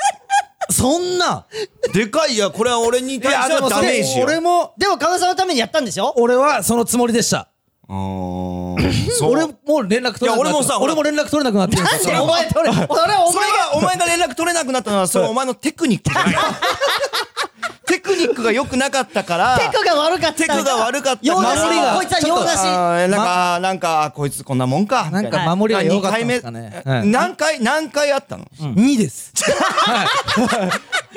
B: そんな
D: でかい、いや、これは俺に対してはダメージよ。
B: 俺も、
A: でも、カムさんのためにやったんでしょ
B: 俺はそのつもりでした。
D: う ーんそう
B: 俺も連絡取れなくなって
D: いや俺もさ
B: 俺も連絡取れなくなってるんで
A: なん
B: す
A: で
B: よ。
A: お前と俺、俺、お前
D: それは、お前が連絡取れなくなったのは、それはお前のテクニックじ ゃない。テクニックが良くなかったから、
A: テクが悪かった。
D: テクが悪かった
A: 用なし
B: 守りが
A: こいつは
B: ちょっ
A: 用
B: と
A: なし。
D: あーなんか、なんか、こいつこんなもんか。
B: なん
D: みたい
B: か守りが良かったんですか
D: 二
B: ね。
D: 回目何回、何回あったの
B: 2です。はい。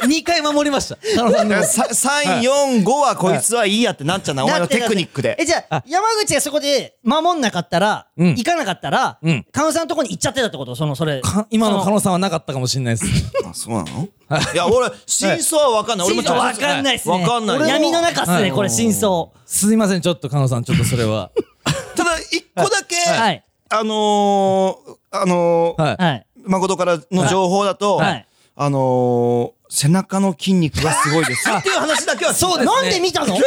B: 2回 守りました。佐野さんの。
D: さ三四五はこいつはいいやってなっちゃうな、お前のテクニック
A: だってえ、
D: で。
A: じゃあ、山口がそこで守んなかったら、
B: うん
A: 行かなかったら
B: うん、
A: カムさんのとこに行っちゃってたってことその、それ。
B: か今の
A: そ
B: 狩野さんはなかったかもしれない です。
D: あ、そうなのいや、俺、真相はわかんない。俺もちょっと
A: わかんないっすね。
D: わかんない
A: 俺闇の中っす
B: は
A: ね、
B: い
A: これ真相。
B: すいません、ちょっと狩野さん、ちょっとそれは。
D: ただ、一個だけ、
A: はい。
D: あのー、あのー、
B: は
A: はい。
D: 誠からの情報だと
A: はい、
D: あのー、背中の筋肉がすごいです。っていう話だけは、そう
A: なんで見たのみ、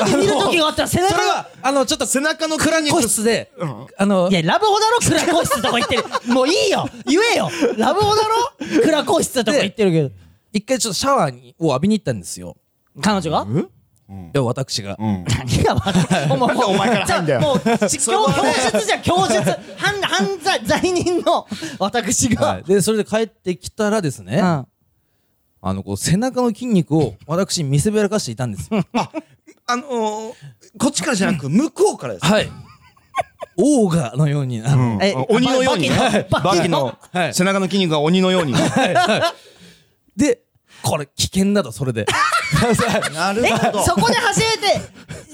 A: なんで見る時があったら背
B: い。そ
A: 中
B: れ
A: が
B: は、あの、ちょっと、
D: 背中の筋
B: 暗
D: 肉
B: 個室で、あの
A: い、や、ラブホだろクラ個室とか言ってる。もういいよ言えよラブホだろクラ個室とか言ってるけど。
B: 一回ちょっとシャワーにを浴びに行ったんですよ。
A: 彼女が
B: で、私が。
A: 何が分かるお前もう
D: お前から入んだよ
A: じゃあもう、ち
D: れ
A: 供
D: は
A: 供
D: ね
A: 述じゃん、供述。犯、犯罪、罪人の私
B: は
A: が
B: い。。で、それで帰ってきたらですね、
A: う
B: あ
A: ん
B: の、こう、背中の筋肉を私見せびらかしていたんですよ。
D: あのー、こっちからじゃなく、向こうからです。
B: はい。オーガのように、あの、
A: え
D: 鬼のようにね
A: バ
D: バ
A: キ
D: キ
A: の
D: の
B: はい
D: 背中の筋肉が鬼のよ うに。
B: で、これ危険だと、それ で。
D: なる
A: え、そこで初めて、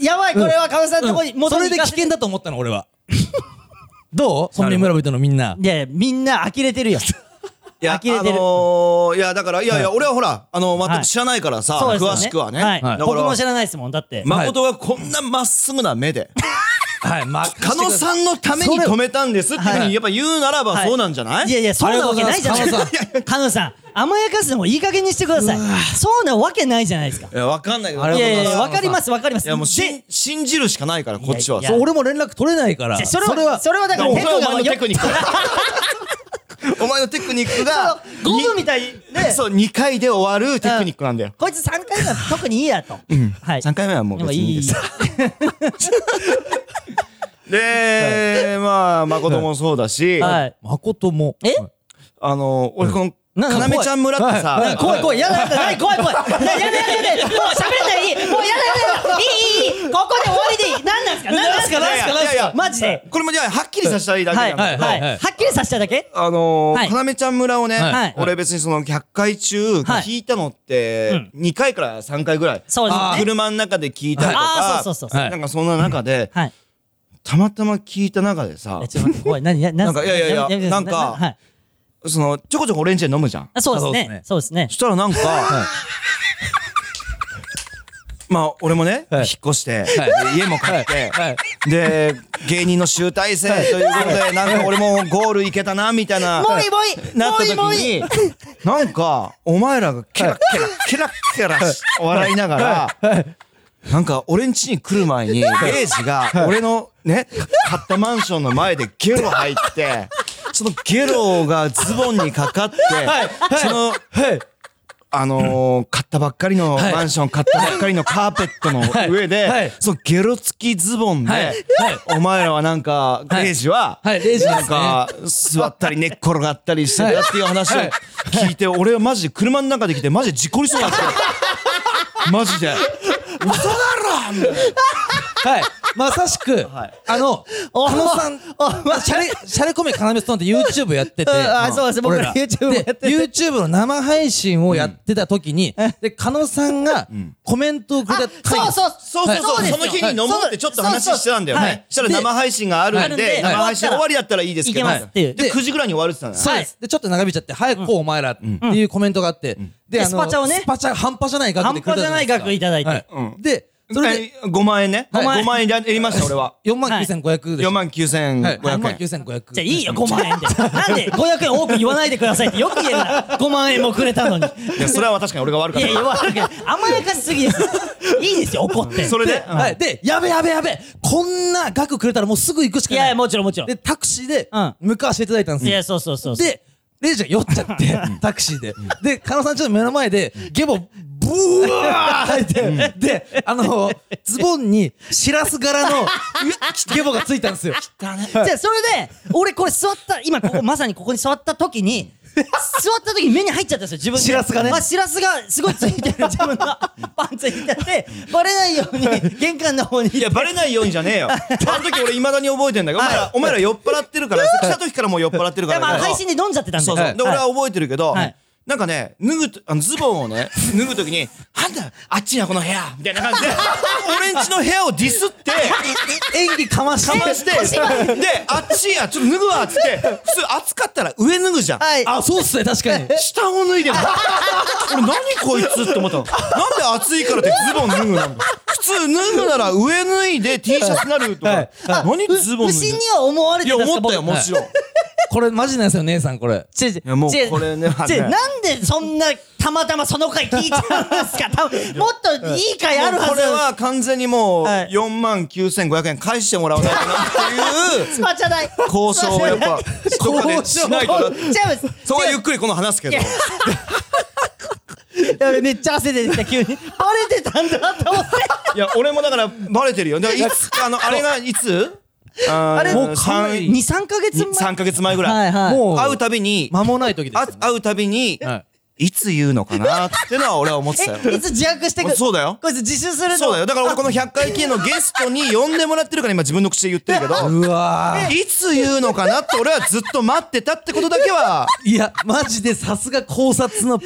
A: やばい、これはカムさんのとこに
B: そ
A: 戻り
B: れ
A: に
B: で
A: 行か
B: 危
A: せて
B: 険だと思ったの、俺は。 どう村民村人のみんな。
A: いやいやみんな呆れてるよ。
D: いや、
A: 呆れてる
D: あのー、いや、だから、いやいや、俺はほら、あのー、全く知らないからさ、
A: そうですよ
D: 詳しくはね。
A: はい
D: だから
A: 僕も知らないですもん、だって。
D: 誠がこんなまっすぐな目で、
B: はい、まあ、
D: 狩野さんのために止めたんですっていうふうにやっぱ言うならばそうなんじゃない、
A: いやいや、そうなわけないじゃないですか。カノさん、甘やかすのもいい加減にしてください。そうなわけないじゃないですか。
D: いや、わかんないけど。
B: あ
A: い
B: りが
A: や
B: と
A: い
B: うございます
A: や、わかります、わかります。
D: いやもう信
A: で
D: 信じるしかないから、こっちは。
A: いやい
B: そ
A: や
B: う俺も連絡取れないから。
A: じゃそれは、それはだ
D: だ
A: か
D: から
A: ら、
D: お前
A: テク
D: お前のテクニックだよお前のテクニッ クが、
A: ゴムみたいにね
D: に そう、2回で終わるテクニックなんだよ。
A: こいつ3回目は特にいいやと。はい。
D: 3回目はもう別にいいです。 で、まあ、誠もそうだし、
A: は
D: あ
A: い。
B: 誠も。
A: え
D: の、俺この、
A: な
D: かなめちゃん村って
B: はい
D: さ、
A: 怖い怖い、やだやだ、ない怖い怖い。やだやだやだ、もう喋んない、いい。もうやだやだ、いいいいいい。ここで終わりでいい。何なんすか何なんすか
D: いや
A: 何
D: い
A: な
D: や
A: んすか
D: いやいや
A: マジで。
D: これもじゃあ、はっきりさせたいだけ
A: は。
D: ないんだ
A: はい。
D: けど、
A: はっきりさせただけ
D: あの
A: は
D: ー、
A: い
D: かなめちゃん村をね、
B: はい
D: 俺別にその100回中、
A: はい
D: 聞いたのって、2回から3回ぐらい。
A: そうですね
D: あー車の中で聞いたりとか、
A: あーそうそうそう
B: そう
D: なんかそんな中で、
A: はい。
D: たまたま聞いた中でさ
A: え、ちょっと待って、怖い。何、何、
D: なんかいやいやいや
A: めてくださ
D: なんか
A: はい。
D: その、ちょこちょこオレンジで飲むじゃん。
A: あそうです
B: あそうです
A: ね
B: ね。
A: そうですね
D: そ。したらなんか、 まあ、俺もね、
B: はい
D: 引っ越して、
B: は
D: で家も買っ
B: はい
D: て、
B: はい
D: で、芸人の集大成ということで、なんか俺もゴールいけたな、みたいな。
A: もういいもういい
D: なった時
A: もういい
D: に、なんか、お前らがケラケラ、ケラケラし笑いながら、なんか、俺ん家に来る前に、 レイジが、俺のね、買ったマンションの前でゲロ吐いて、そのゲロがズボンにかかって、その、あのー買ったばっかりの、マンション買ったばっかりのカーペットの上で、
B: はい
D: そのゲロ付きズボンで、
B: はい
D: お前らはなんか、
B: い
D: レイジは、
B: はいレイジは
D: な
B: で
D: ん
B: すね
D: か、座ったり寝っ転がったりしてたっていう話を聞いて、俺はマジで車の中で来て、マジで事故りそうだった。マジで。
B: はい。まさしく、
D: はい
B: あの、
A: お
B: 狩野さん、
A: お
B: シャレ、シャレコメ要ストーンって YouTube やってて、
A: あそうです僕ら
B: 俺
A: YouTube やってて
B: で YouTube の生配信をやってた時に、で、狩野さんがコメントをくれた回
A: そうそう
D: そうそうそう、
A: はい
D: その日に飲もうってちょっと話してたんだよね。
A: は
D: そしたら生配信があるん
A: では
D: で、
A: い
D: 生配信終わりだったらいいですけど、
A: いけますっていう
D: で、9時ぐらいに終わるって言ってたんだよ
B: そうで
D: ね。
B: す。で、ちょっと長引いちゃって、早くこうお前らっていうコメントがあって、で、あの
A: スパチャをね
B: スパチャ半端じゃない額でくれた
A: 半
B: ですか
A: 端じゃない額いただいて
B: はで、それで、
D: 5万円ね。
B: はい
D: 5万円でやりました、俺は。
B: 4万9500で
D: 4
B: し
D: 万
B: はい、4万
D: 9500円。
B: 9500。
A: じゃあいいよ、5万円で。なんで500円多く言わないでくださいってよく言えるな。5万円もくれたのに。
D: いや、それは確かに俺が悪か
A: い
D: っ
A: や、
D: た。
A: 弱いけど甘やかしすぎです。いいですよ、怒って。
D: それで、
B: はい。で、やべやべやべこんな額くれたらもうすぐ行くしか
A: い
B: ない。
A: やいや、もちろんもちろん。
B: で、
A: い
B: タクシーで
A: うん、
B: 向かわせていただいたんですよ。
A: や、そうそうそうそう。
B: で、レイジが酔っちゃって、タクシーで。で、狩野さんちょっと目の前で、ゲボ、ブワーって、で、あの、ズボンに、シラス柄の、ゲボがついたんですよ。
A: じゃあそれで、俺これ座った、今こ こ、まさにここに座った時に、座った時に目に入っちゃったんですよ、自分で。
B: シラスがね
A: あシラスがすごいついてる、自分の パンツいてて、バレないように玄関の方に。
D: いや、バレないようにじゃね えよ。あの時俺未だに覚えてんだけど、お前らお前ら酔っ払ってるから、来た時からもう酔っ払ってるから
A: まあ
D: だけど。
A: 配信で飲んじゃってたんで。
D: そうそう。
A: は
D: で、
A: い
D: 俺は覚えてるけど
A: はい、
D: なんかね、脱ぐと、あの、ズボン をね、脱ぐときに、あんた、あっちや、この部屋みたいな感じで、俺んちの部屋をディ スって、
B: 演技かまし
D: か
B: て。
D: まして、で、あっちや、ちょっと脱ぐわっつって、普通暑かったら上脱ぐじゃん。
A: はい。
B: あ、そうっすね、確かに。
D: 下を脱いでる 俺何こいつって思ったのなんで暑いからってズボン脱ぐなんだ普通脱ぐなら上脱いで T シャツなるとか、
B: はい
D: 何ズボン
A: 不
D: 脱いで
A: 審には思われ
D: い
A: てた
D: や
A: んですか
D: 思ったよ
A: 僕
D: もちろん、
B: これマジなんですよ、姉さん、これ。
A: 違う違う
D: やもうこれね
A: 違う
D: あれ
A: 違うなんでそんなたまたまその回聞いちゃうんです か多分もっといい回ある
D: もう
A: は
D: こ
A: ず
D: れは完全にもう
A: はい
D: 4万9500円返してもらわないとなっていう
A: スパチャ代
D: 交渉をや っぱどこかでしないとな
A: 違います
D: そこはゆっくりこの話すけど
A: や べめっちゃ汗出てきた急にバレてたんだと思って
D: いや俺もだからバレてるよだからいつかあのあれがいつあ
A: あれ
D: もう3
A: 23ヶ月前
D: ヶ月前ぐらい、
A: はいはい
B: もう、
D: 会うたびに
B: 間もない時です
D: あ
B: よ。
D: 会うたびに、、
B: はい
D: つ言うのかなってのは俺は思ってたよ。
A: えいつ自白してく
D: そうだよ
A: こいつ自首するの
D: そうだよ。だから俺この100回記念のゲストに呼んでもらってるから今自分の口で言っ てるけど、
B: うわー。
D: いつ言うのかなって俺はずっと待ってたってことだけは、
B: いや、マジでさすが考察の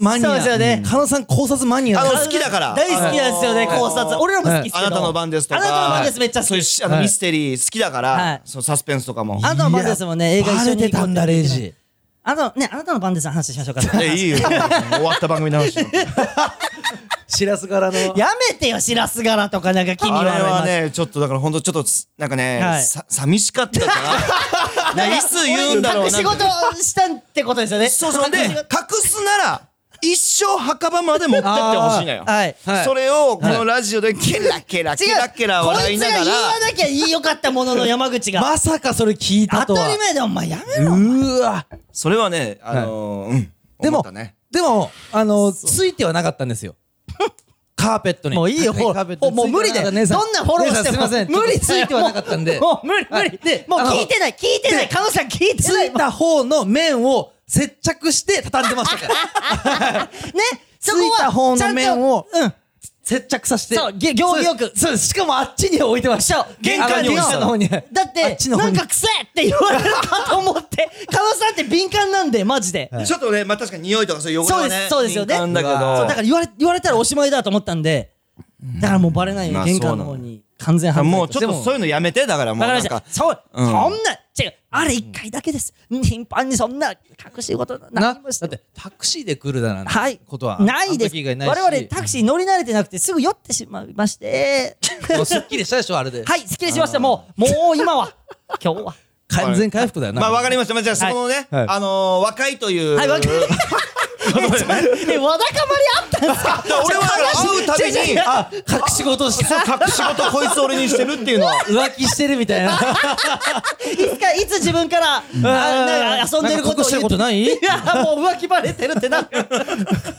B: マニア。
A: そうですよね
B: 狩野さん考察マニア
D: あ
B: だ
D: の好きだから、
A: 大好きなんですよね
D: あのー
A: 考察俺らも好きですけ
D: あ
A: ど
D: なたの番ですとか、
A: あなたの番ですめっちゃ好き
D: そういうしあの
B: はい
D: ミステリー好きだから、
A: はい
D: そのサスペンスとかも。
A: あなたの番ですもんね映画
B: バ
A: 一緒
B: レ
A: に
B: てたんだ、レイジ。
A: あなたねあなたの番ですの話しましょうか
D: え、 いいよ。終わった番組の話。
B: シラス柄の。
A: やめてよ、しらす柄とかなんか 気に
D: あ
A: 入
D: れ
A: らない
D: はね、ちょっとだからほんとちょっとつ、なんかね、
A: はい
D: さ寂しかった から、ねいつ言うんだろうな
A: 隠し
D: って
A: 事をしたってことですよね。
D: そうそう。で、
A: 隠し
D: 隠
A: 事
D: すなら、一生墓場まで持ってってほしいのよ。
A: はい。
B: はい
D: それを、このラジオで、ケラケラ、ケ
A: 違う。
D: ラケラ笑いな
A: こ
D: が
A: いつが言わ
D: ら、
A: なきゃいいよかったものの山口が。
B: まさかそれ聞いたと
A: 当
B: は。
A: たり前だよ、お前やめろ。
B: うーわ。
D: それはね、あのー、うん。
B: で
D: 思っ
B: も
D: たね、
B: でも、あの、ついてはなかったんですよ。カーペットに。
A: もういいよ、
B: はい
A: ほ
B: カ
A: ら
B: ーペッ。ト
A: もう
B: に
A: もう無理だよ。ど
B: つい
A: ん
B: て
A: な
B: はかった
A: フォローしても。
B: 姉さんすいません。
A: 無理
B: ついてはなかったんで。
A: もうもう無理、無
B: はい
A: 理。で、もう
B: あの
A: 聞いてない、聞いてない。
B: で
A: カノさん聞いて
B: つ
A: ない
B: い。た方の面を接着して畳んでました から。
A: ね。そこは、
B: ついた方の面を
A: ちゃんと
B: 接着させて。
A: そうげ行儀よく
B: そうです。しかもあっちに置いてました。
A: 玄関に
B: あの方に。
A: うん。だっ、
B: あってちの
A: な
B: 方
A: ん
B: に
A: か。臭いって言われるかと思って、カノさんって敏感なんで、マジで。
D: ちょっとね、まあ確かに匂いとかそういう汚れ
A: そう
D: はね
A: ですそうですよね
D: 敏感だけ
B: うわ
A: そうだ
D: ど
A: から言われ言われたらおしまいだと思ったんで、だからもうバレないよう
D: まあ
A: に玄関の
D: そ
A: 方
D: うなんだ
A: に完全
D: あ。
A: 犯罪
D: もうちょっ
A: で
D: とそういうのやめて、だからもう
A: わか
D: な
A: り
D: ん
A: ました
D: か。
A: そう、
D: うん
A: そんな違うあれ一回だけです頻繁にそんな隠し事な
B: な、
A: 何
B: だ
A: もして
B: ってタクシーで来るだなんて
A: はい
B: ことは。
A: ないで
B: あ
A: す
B: の時以外ないし
A: 我々タクシー乗り慣れてなくてすぐ酔ってしまいまして
B: もうすっきりしたでしょ、あれで。
A: はい失礼しましたもうもう今 は今日は
B: 完全回復だよな。
D: まあわかりました。まあじゃあそこのね、
B: はい
D: あのー、若いという。
A: はい若いえ、わだかまりあったんですか
D: だから俺はだから 会うたびに、あ
B: あ、隠し事して、
D: 隠し事こいつ俺にしてるっていうのは。
B: 浮気してるみたいな。
A: いつか、いつ自分から、あなんか遊んでること
B: 隠してることない
A: いや、もう浮気バレてるっ てなる。すいません。すい
D: まあ思ってたな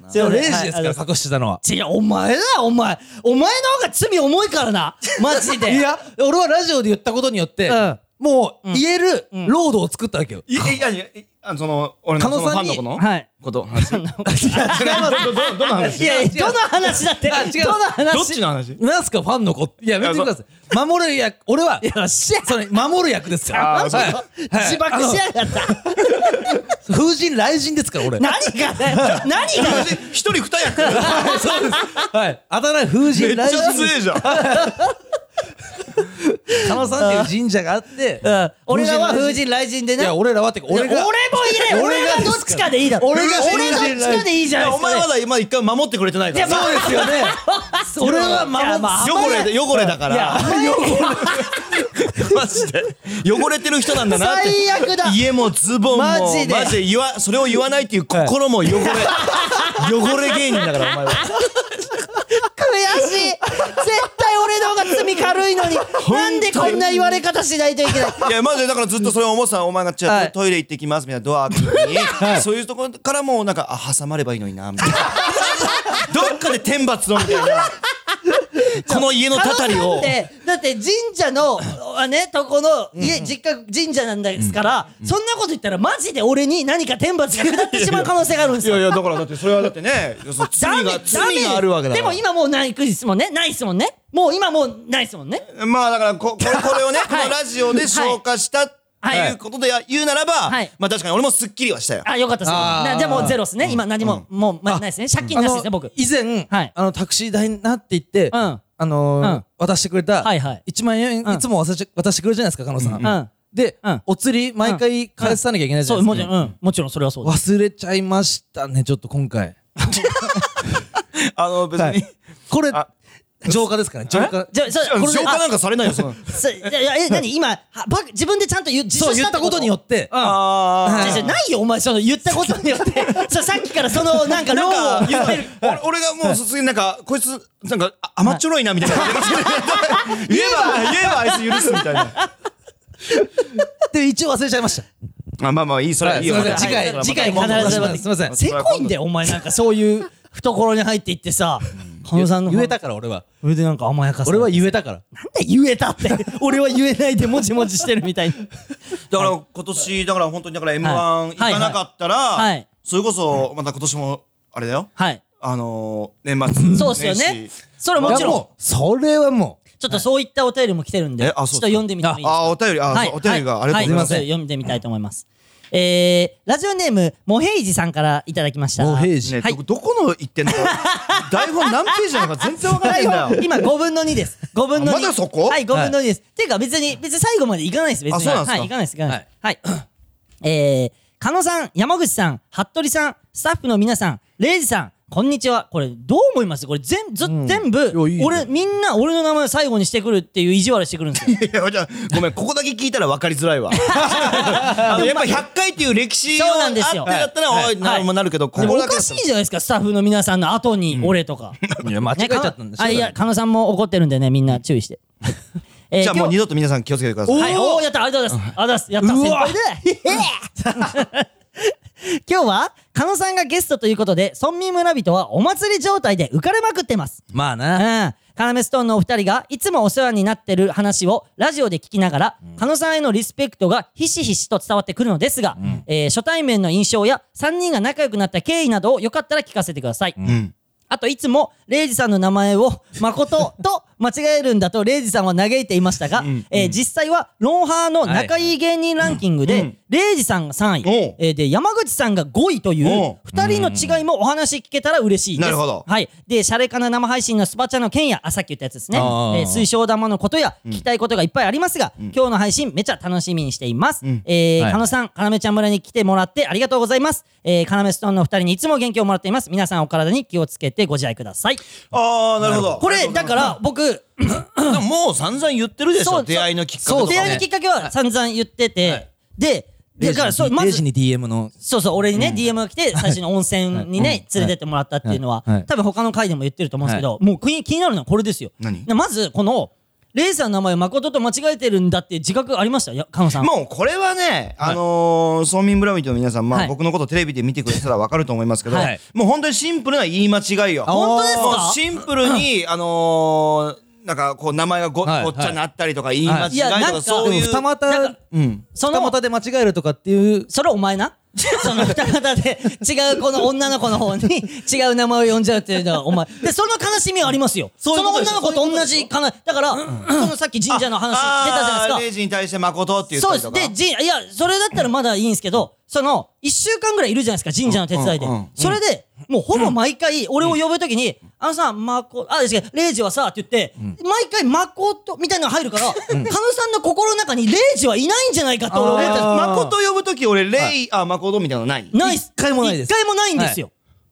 A: ません。
B: レイジです
A: はいあの
B: から、隠してたのは。
A: 違う、お前だよ、お前。お前の方が罪重いからな。マジで。
B: いや、俺はラジオで言ったことによって
A: うん、
B: もう、言える、ロードを作ったわけよ。
D: いやいやいやあのその俺の
B: 狩
D: その
B: 野
D: フ
B: さ
D: ァ
B: ん
D: ン
B: に
D: の子の
A: はい。
D: こ と話。違う違うどどどの話
A: いやいや、どの話だって。
B: あ違う
A: どの話
D: どっちの話
B: なんすか、ファンの子。いや、やめてください。守る役、俺は、
A: よっしゃ。
B: それ、守る役ですよ。
D: あ
B: は
D: ー
B: い。
D: そう
B: はい
A: 自爆しやがった。
B: あの風神雷神ですから、俺。
A: 何がだよ。何が
D: 一人 二役めっ
B: はいそうです。はい。あだ名風神
D: ちゃ
B: 雷神です。
D: 強いじゃん。
B: 狩野さんっていう神社があって、
A: うん俺らは風神雷神で
B: い
A: ね。
B: や、俺らはってか、 俺
A: 俺
B: が
A: も。入れ俺がどっちかでいいだろ
B: 俺が
A: 俺どっちかでいいじゃないです
D: お
A: かね
D: 前まだ今一回守ってくれてないか
A: いや
D: ら。
A: まあ
B: そうです よね。俺は守
A: いや
B: っ
A: まあ
D: 汚れで汚れだか
A: いや
D: ら。 マジで汚れてる人なんだなって。
A: 最悪だ
D: 家もズボンも
A: マジで
D: マジで言わそれを言わないっていう心 も汚れ汚れ芸人だからお前は。
A: 悔しい絶対俺の方が罪軽いのになんでこんな言われ方しないといけない
D: いやマジでだからずっとそれを思ってたお前がじゃあ、
A: はい
D: トイレ行ってきますみたいなドア開けた時に、そういうところからもうなんかあ挟まればいいのにな みたいなどっかで天罰をみたいなこの家のたたり
A: だっ
D: を
A: てだって神社のあねとこの家実家神社なんですからそんなこと言ったらマジで俺に何か天罰が下ってしまう可能性があるんですよ
D: いやだからだってそれはだってねその罪が罪があるわけだ
A: で
D: か
A: も今もうないですもんねないですもんねもう今もうないですもんね
D: らまあだからここれこれをね、
A: はい
D: このラジオで消化したって
A: はい
D: いうことで言うならば、
A: はい
D: まあ確かに俺もすっきりはしたよ
A: あよかったです
B: あー
A: なでもゼロですね今何ももうまあないですね借金なしですね僕
B: 以前、
A: はい
B: あの、タクシー代なって言って、
A: うん
B: あのー
A: うん
B: 渡してくれた、
A: はいはい
B: 1万円、
A: うん
B: いつも渡して渡してくれるじゃないですか、狩野さん。
A: うん
B: で、
A: うん
B: お釣り、毎回返さなきゃいけないじゃ
A: そ
B: な
A: う
B: い
A: も
B: です
A: ち
B: か。
A: ろんうんもちろんそれはそうです
B: 忘れちゃいましたね、ちょっと今回。
D: あの別に、
B: はいこれ
D: あ、
B: 浄化ですからね、浄化。
A: じゃあ、そ
D: あ
A: う
D: の
A: これ
D: 消化なんかされないよその
A: あそいやいやえ、何今、はば自分でちゃんと言う、自
B: そう、
A: 首し
B: 言
A: た
B: ったことによ
A: って
B: って、
D: あ
A: こ
D: ー
A: と。じゃないよ、お前、その言ったことによ って。そうさっきからその、なんか、ローを言ってる。
D: 俺俺がもう卒業なんかこいつなんかあ甘っちょろいなみた いな言えば言えばあいつ許すみたいな
B: で、一応忘れちゃいました。
D: あまあまあいいそれはいいよ
B: はいすいま
D: ま
B: せん
D: た
B: 次回
D: ま
A: 次回
D: たまた
A: 必ず
B: またすいません
A: せこいんだよ、お前、なんかそういう懐に入っていってさ、狩野さんの。
B: 言えたから、俺は。
A: それでなんか甘やかす。
B: 俺は
A: なん
B: 言えたから。
A: で言えたって。俺は言えないで、もちもちしてるみたいに。
D: だから今年だから本当にだから M1
A: はい
D: 行かなかったら、
A: はいはい
D: それこそまた今年もあれだよ
A: はい。
D: あのー、年末年始
A: そうっすよね。それはもち
B: い
A: ろ
B: や
A: ん
B: も。うそれはもう。
A: ちょっとそういったお便りも来てるんで、ち
D: え
A: ょ
D: あ
A: っと
D: そう
A: 読んでみてもいいですか
D: あお便りあ、そうお便りが、ありがとうございます、
A: は読んでみたいと思います。えー、ラジオネーム、モヘイジさんからいただきました。
B: もう平時。
D: ね
A: はい
D: どどこの言ってんの台本何ページなのか全然わからないんだよ
A: 今5分の2です。5分の2。
D: あまだそこ
A: はい、5分の2です。ていうか別に、別に最後までいかないです、別に。
D: あそうなんですか
A: はい、いかないです、いかないです。はい。 えー、狩野さん、山口さん、服部さん、スタッフの皆さん、レイジさん、こんにちは。これ、どう思いますこれ、全、ず、全部
B: いやいい、ね
A: 俺、みんな俺の名前を最後にしてくるっていう意地悪してくるんですよ。
D: いやじゃあごめんここだけ聞いたら分かりづらいわあのやっぱ100回っていう歴史を
A: そうな
D: あ
A: ん
D: っ
A: で
D: て
A: すよ
D: だったら、
A: はい
D: おいな
A: はい
D: るもなるけどこ
A: でも
D: こ
A: お
D: だけだ
A: か
D: った
A: し
D: ら
A: いじゃないですか、スタッフの皆さんの後に俺とか。
B: いや、間違え
A: ね
B: ちゃったんですよ。
A: あ、いや、狩野さんも怒ってるんでね、みんな注意して。えー
D: じゃあもう
A: 今
D: 二
A: 日
D: 度と皆さん気をつけてください
A: はい、おー、やった、ありがとうございます。ありがとうございます。やった、先輩で。 今日は、狩野さんがゲストということで、村民村人はお祭り状態で浮かれまくってます。
B: まあ
A: う
B: な。
A: ん。カナメストーンのお二人がいつもお世話になってる話をラジオで聞きながら、狩野さんへのリスペクトがひしひしと伝わってくるのですが、えー初対面の印象や3人が仲良くなった経緯などをよかったら聞かせてください。
D: うん
A: あといつも、レイジさんの名前 を、誠と間違えるんだと、レイジさんは嘆いていましたが、えー実際は、ロンハーの仲いい芸人ランキングで、レイジさんが3位、
D: おう
A: えーで、山口さんが5位とい
D: お
A: う
D: う、
A: 2人の違いもお話聞けたら嬉しいです。
D: なるほど
A: はい。で、シャレかな生配信のスパチャの件や、あ、さっき言ったやつですね。え
B: あー
A: ー水晶玉のことや、聞きたいことがいっぱいありますが、今日の配信めちゃ楽しみにしています。
D: ん
A: えー、
B: はい
A: 狩野さん、かなめちゃん村に来てもらってありがとうございます。えー、かなめストーンのお二人にいつも元気をもらっています。皆さんお体に気をつけてご自愛ください。
D: ああなるほど
A: これ、だから僕、
D: でももう散々言ってるでし
A: そ
D: ょ
A: う
D: 出会いのきっかけ
A: そ
D: と
A: う
D: か
A: 出会いのきっかけは散々言ってて、で、
B: レイジ
A: だからそうまず
B: レイジに DM の。
A: そうそう、俺にね、DM が来て、最初に温泉にね、連れてってもらったっていうのは
B: はいはい、
A: 多分他の回でも言ってると思うんですけど、もう気に気になるのはこれですよ。
D: 何
A: でまず、この、レイさんの名前を誠と間違えてるんだっていう自覚ありましたいや、カノさん。
D: もうこれはね、あのー、村民村人の皆さん、ま
A: は
D: あ
A: い
D: 僕のことテレビで見てくれてたらわかると思いますけど
A: はい、
D: もう本当にシンプルな言い間違いよ。
A: 本当ですか
D: もうシンプルに、あのー、なんかこう名前がご
B: はい
D: ごっちゃになったりとか言い間
A: は
D: 違い
A: いいやな
D: と
A: んか
D: かそう
B: で
D: い
B: も
D: う。
B: 二
A: なん
B: 股
A: か、
B: うん。
A: そ
B: 二
A: の
B: 股で間違えるとかっていう。
A: それお前な その二方で 違うこの女の子の方に 違う名前を呼んじゃうっていうのはお前。で、その悲しみはありますよ。そ
B: そういう
A: の
B: ことで
A: 女
B: す
A: の子と同じ悲だから、そのさっき神社の話出たじゃないです
D: あ
A: か
D: ー。レイジに対して誠って言った
A: そう
D: り
A: で
D: と
A: す。
D: か。
A: で、じん、いや、それだったらまだいいんですけど、その、一週間ぐらいいるじゃないですか、神社の手伝いで
D: うんうんうん。
A: それで、もうほぼ毎回、俺を呼ぶときに、あのさ、まこ、あ、違う、レイジはさ、って言って、毎回、まこと、みたいなのが入るから、カノさんの心の中にレイジはいないんじゃないかと俺思
D: 俺
A: ったんです
B: あー
D: 誠呼ぶとき俺、レイ、あ、誠みたいなのない
A: ないっす
B: 一回もないです
A: 一回もないんですよ。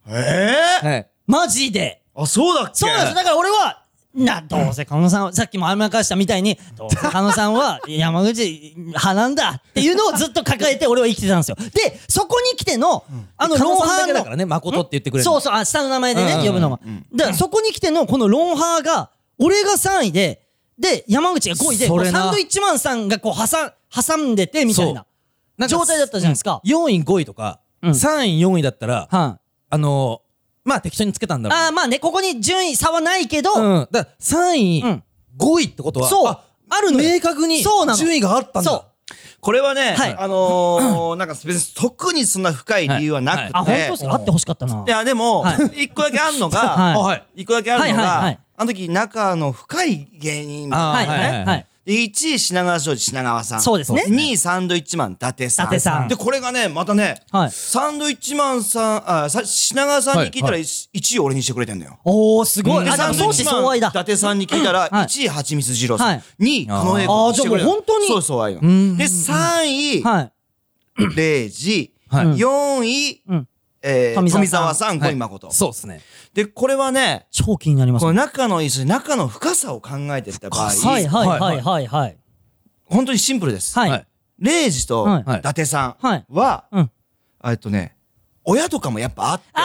D: ええ
B: はい。
A: マジで。
D: あ、そうだっけ
A: そうなんですよ。だから俺は、な、どうせ狩野さんは、さっきもあやまかしたみたいに、どうせ狩野さんは 山口派なんだっていうのをずっと抱えて俺は生きてたんですよ。で、そこに来ての、あの、
B: 狩
A: ロン
B: 野さん
A: ハ
B: だ
A: ー
B: けだ
A: の
B: から、ね、誠って言ってくれるの
A: そうそう、あ、下の名前で
B: うんうんう
A: ね、
B: ん
A: 呼ぶのが。だからそこに来ての、このロンハーが、俺が3位で、で、山口が5位で、
B: そ
A: こう
B: れな
A: サンドイッチマンさんがこう挟ん、挟んでてみたいな。
B: なんか
A: 状態だったじゃないですか
B: 4位、5位とか、
A: うん
B: 3位、4位だったら、
A: はい。
B: あのー、まあ適当につけたんだろう。
A: ああ、まあね、ここに順位差はないけど、
B: うん。だから3位、
A: うん
B: 5位ってことは、
A: そう
B: ああるのよ明確に
A: そうなの
B: 順位があったんだ。
A: そう。
D: これはね、
A: はい
D: あ のー、なんか別に特にそんな深い理由はなくて、
B: はい
A: あ、本当ですかあってほしかったな。
D: いや、でも
A: は、
D: 一個だけあんの が、
A: はい
B: あはい。
D: 一個だけあるのが、
A: はいはいはい
D: あの時仲の深い芸人
B: あ
A: はい
B: はい
A: はいはい。
D: 1位品川庄司品川さん
A: そうですね
D: 2位サンドイッチマン伊達さん
A: 伊達さん
D: でこれがねまたね、
A: はい
D: サンドイッチマンさんあさ品川さんに聞いた
B: は
D: ら1位俺にしてくれてんだよ、
A: おー、すごい。
D: で
A: あ、で
D: サ
A: も
D: ン
A: 相
D: ドイッ
A: 思
D: チマ
A: 相
D: ン
A: 愛
D: 伊
A: だ。
D: 達さんに聞いたら
A: はい
D: 1位はちみつ二郎さん、
A: はい
D: 2位狩野英孝にしてくれ
A: あーじゃあもう
D: た
A: 本当に
D: そうそう愛がで
B: ん
D: 3位、
A: はい。
D: 0時、
B: はい
D: 4位、
A: うん
D: えー
A: 富
D: 富
A: 澤
D: 澤
A: さん
D: さん、小
B: はい
D: 井誠、
B: そうですね。
D: で、これはね、
A: 超気になります
D: この
A: ね。
D: 仲のいい人、仲の深さを考えていった場合、
A: はいはいはいはいはい。
D: 本当にシンプルです。
A: はい。
B: はい
D: レイジと
A: はい
D: 伊達さ
A: はい
D: んは、
A: うん。
D: えっとね、親とかもやっぱあって。
A: あ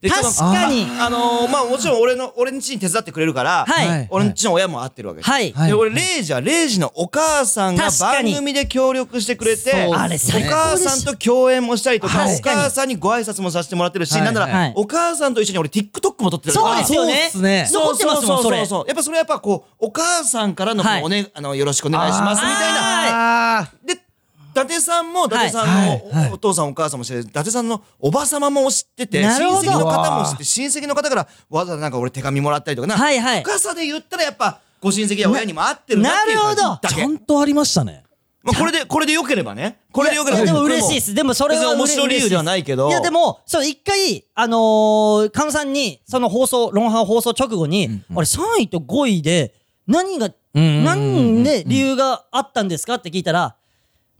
D: でちょっと
A: 確かに
D: ああのー、まあもちろん俺の、俺んちに手伝ってくれるから、
A: はい
D: 俺んちの親も会ってるわけです。
A: はい
B: はい
D: で、俺、レイジは、レイジのお母さんが
A: 確か
D: 番
A: に
D: 組で協力してくれて、
B: そう
A: あれ最
D: お
A: 高
D: 母
A: で
D: さん
A: す。
D: と共演もしたりとか、
A: はい
D: お母さんにご挨拶もさせてもらってるし、
B: はい
D: なんなら、
B: はい
D: お母さんと一緒に俺 TikTok も撮ってる
A: そうですよ
B: あ
A: ね
B: そうっす。ね
A: 残ってますもん、それ。
D: ううううやっぱそれはやっぱこう、お母さんからのこう
A: はい
D: おね、あの、よろしくお願いしますみたいな。
B: あ
D: で、伊達さんも、伊達さんのお,、父さんお母さんも知ってて、伊達さんのおば様も知ってて、親
A: なるほど
D: 戚の方も知って、親戚の方からわざわざなんか俺手紙もらったりとかな。
A: はいはい
D: 深さで言ったらやっぱ、ご親戚や親にも会ってるな
A: な
D: っていう感
A: な
D: じ
A: るほど
D: だ
B: ち
D: け
B: ゃ。んとありましたね。
D: まあ、これで、これで良ければね。これで良けれ
A: い
D: ば。
A: やでも嬉しいです。でもそれは
D: 別に面白い
A: 嬉
D: 理由ではないけど
A: いやでも、そう、一回、あのー、カさんに、その放送、ロンハー放送直後に、あれ3位と5位で、何が、
B: ん
A: 何で理由があったんですかって聞いたら、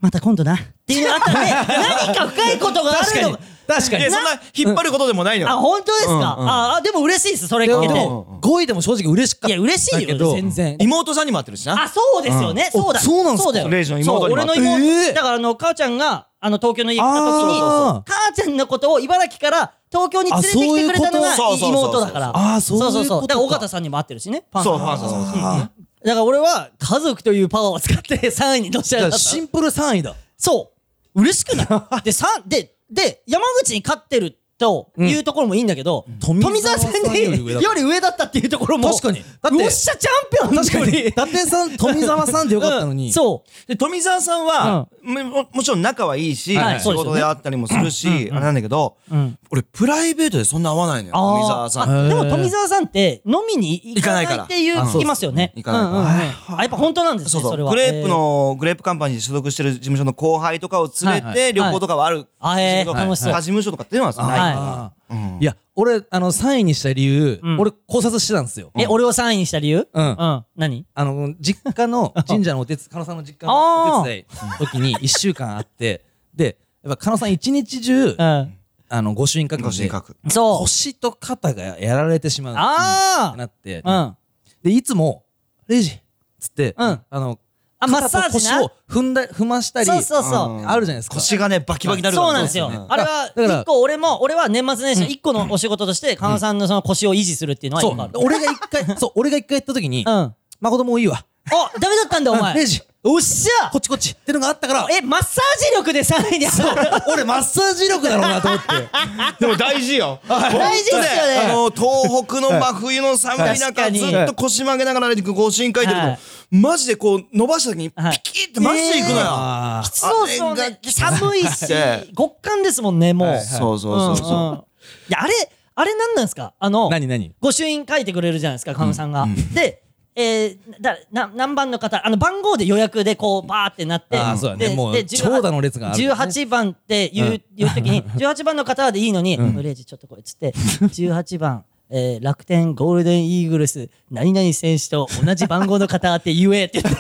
A: また今度な。っていうのがあったんで、何か深いことがあるのか。
B: 確か
D: いや、そんな引っ張ることでもないの
A: あ、
D: よ。
A: 本当ですかあ、あでも嬉しいです、それ聞け
B: で
A: て。
B: も、5位でも正直嬉しかった
A: いや嬉しいよ
B: だけど
A: 全然
D: 妹さんにも会ってるしな。
A: あ、そうですよね。
B: うん
A: そうだ。
B: おそうなんすか
A: だよ。
D: レイジの妹
A: そう
D: にも
A: 俺の
B: え
A: 妹。
B: ー
A: だからあの、母ちゃんが、あの、東京の家来た時に、
B: あー
A: 母ちゃんのことを茨城から東京に連れてきてくれたのが
D: あそういうこと
A: い妹だから。
B: あーそういうことか
A: そうそう。だから、尾形さんにも会ってるしね。パンさん
D: そう、ファンさんそうそ
A: だ
D: う。
A: から俺は、家族というパワーを使って3位にの し上
B: じ
A: がっ
B: ゃあ
A: た。
B: シンプル3位だ。
A: そう。嬉しくないで、さ、で、で、山口に勝ってるというところもいいんだけど、
B: 富
A: 富澤
B: 澤
A: さ
B: さ
A: ん
B: ん
A: に
B: より上だ
A: より上だったっていうところも。
B: 確かに
A: だ
B: だ
A: っ、
B: ってて
A: おっしゃチャンピオン
B: 確かに。伊達さん、富澤さんでよかったの
A: うん
B: に。
A: そう。
D: で富澤さんは、もももちろん仲はいいし、
A: はい
D: 仕事であったりもするし、あれなんだけど、
A: ん
D: 俺プライベートでそんな会わないのよ
A: あー
D: 富澤さん。
A: あ
B: へー
A: でも富澤さんって飲みに行かない
D: 行かないから
A: っていう聞きますよね。
D: うん行かないから
A: うんうんうんあやっぱ本当なんです
D: そう
A: ね、
D: そ
A: そうれは。
D: グレープのグレープカンパニーに所属してる事務所の後輩とかを連れて、
B: はいは
D: 旅行とかはある、
A: はいあへー
D: 事務所とか
A: 楽しそう
D: 他事務所とかっていうのはないから、
B: あー
D: うん
B: いや、俺、あの、3位にした理由
A: うん、
B: 俺考察してたんですよ。
A: えー。え、俺を3位にした理由
B: うん
A: うん。何
B: あの、実 家の、神社のお手伝い、狩野さんの実家のお手伝いの時に1週間あって、で、やっぱ狩野さん一日中、
A: うん。
B: あの、御朱印書く
D: ご
B: の
D: 神
B: で、
D: 格
A: そう。
B: 腰と肩がやられてしまう。って
A: あ
B: なって、
A: あうん。
B: で、いつも、レイジっつって、
A: うん
B: あの、
A: ああマッサージ
B: 肩
A: な
B: と腰を踏んだ、踏ましたり、
A: そうそうそう
B: あるじゃないですか。
D: 腰がね、バキバキになるから
A: そうなんですよ。あれは、
B: だから
A: 一個俺も、俺は年末年始の一個のお仕事として、カノさんのその腰を維持するっていうのは
B: そ
A: 一個あ
B: う
A: る。。
B: 俺が一 回、そう、俺が一回やった時に
A: うん。、あ、
B: まこともういいわ。
A: ダメだったんだ、お前。
B: レイジ
A: おっしゃ
B: こっちこっちってのがあったから、
A: え、マッサージ力で3位に上がる。
B: 俺マッサージ力だろうなと思って。
D: でも大事よ。
A: 大事ですよね
D: あの、東北の真冬の寒い
A: 確か
D: 中、
A: に
D: ずっと腰曲げながら歩いてく、ご神会ってる
A: は
D: の
A: い、
D: マジでこう、伸ばした時に、ピキってマジでいくのよ。
B: あー
A: そうそうね。寒いし
D: ええ、
A: 極寒ですもんね、もう。
D: そうそうそうそう。
A: んんいや、あれ、あれ何なんですかあの、
B: 何何
A: 御朱印書いてくれるじゃないですか、カムさんが。で、えー、だな何番の方、あの番号で予約でこう、バーってなって、
B: あーそうだね
A: で
B: もう
A: で
B: 長蛇の列があるよね
A: 18番って言う,、言う時 に、18番の方でいいのに、うレイジちょっとこれっつって、18番。えー、楽天ゴールデンイーグルス何々選手と同じ番号の方って言えって言って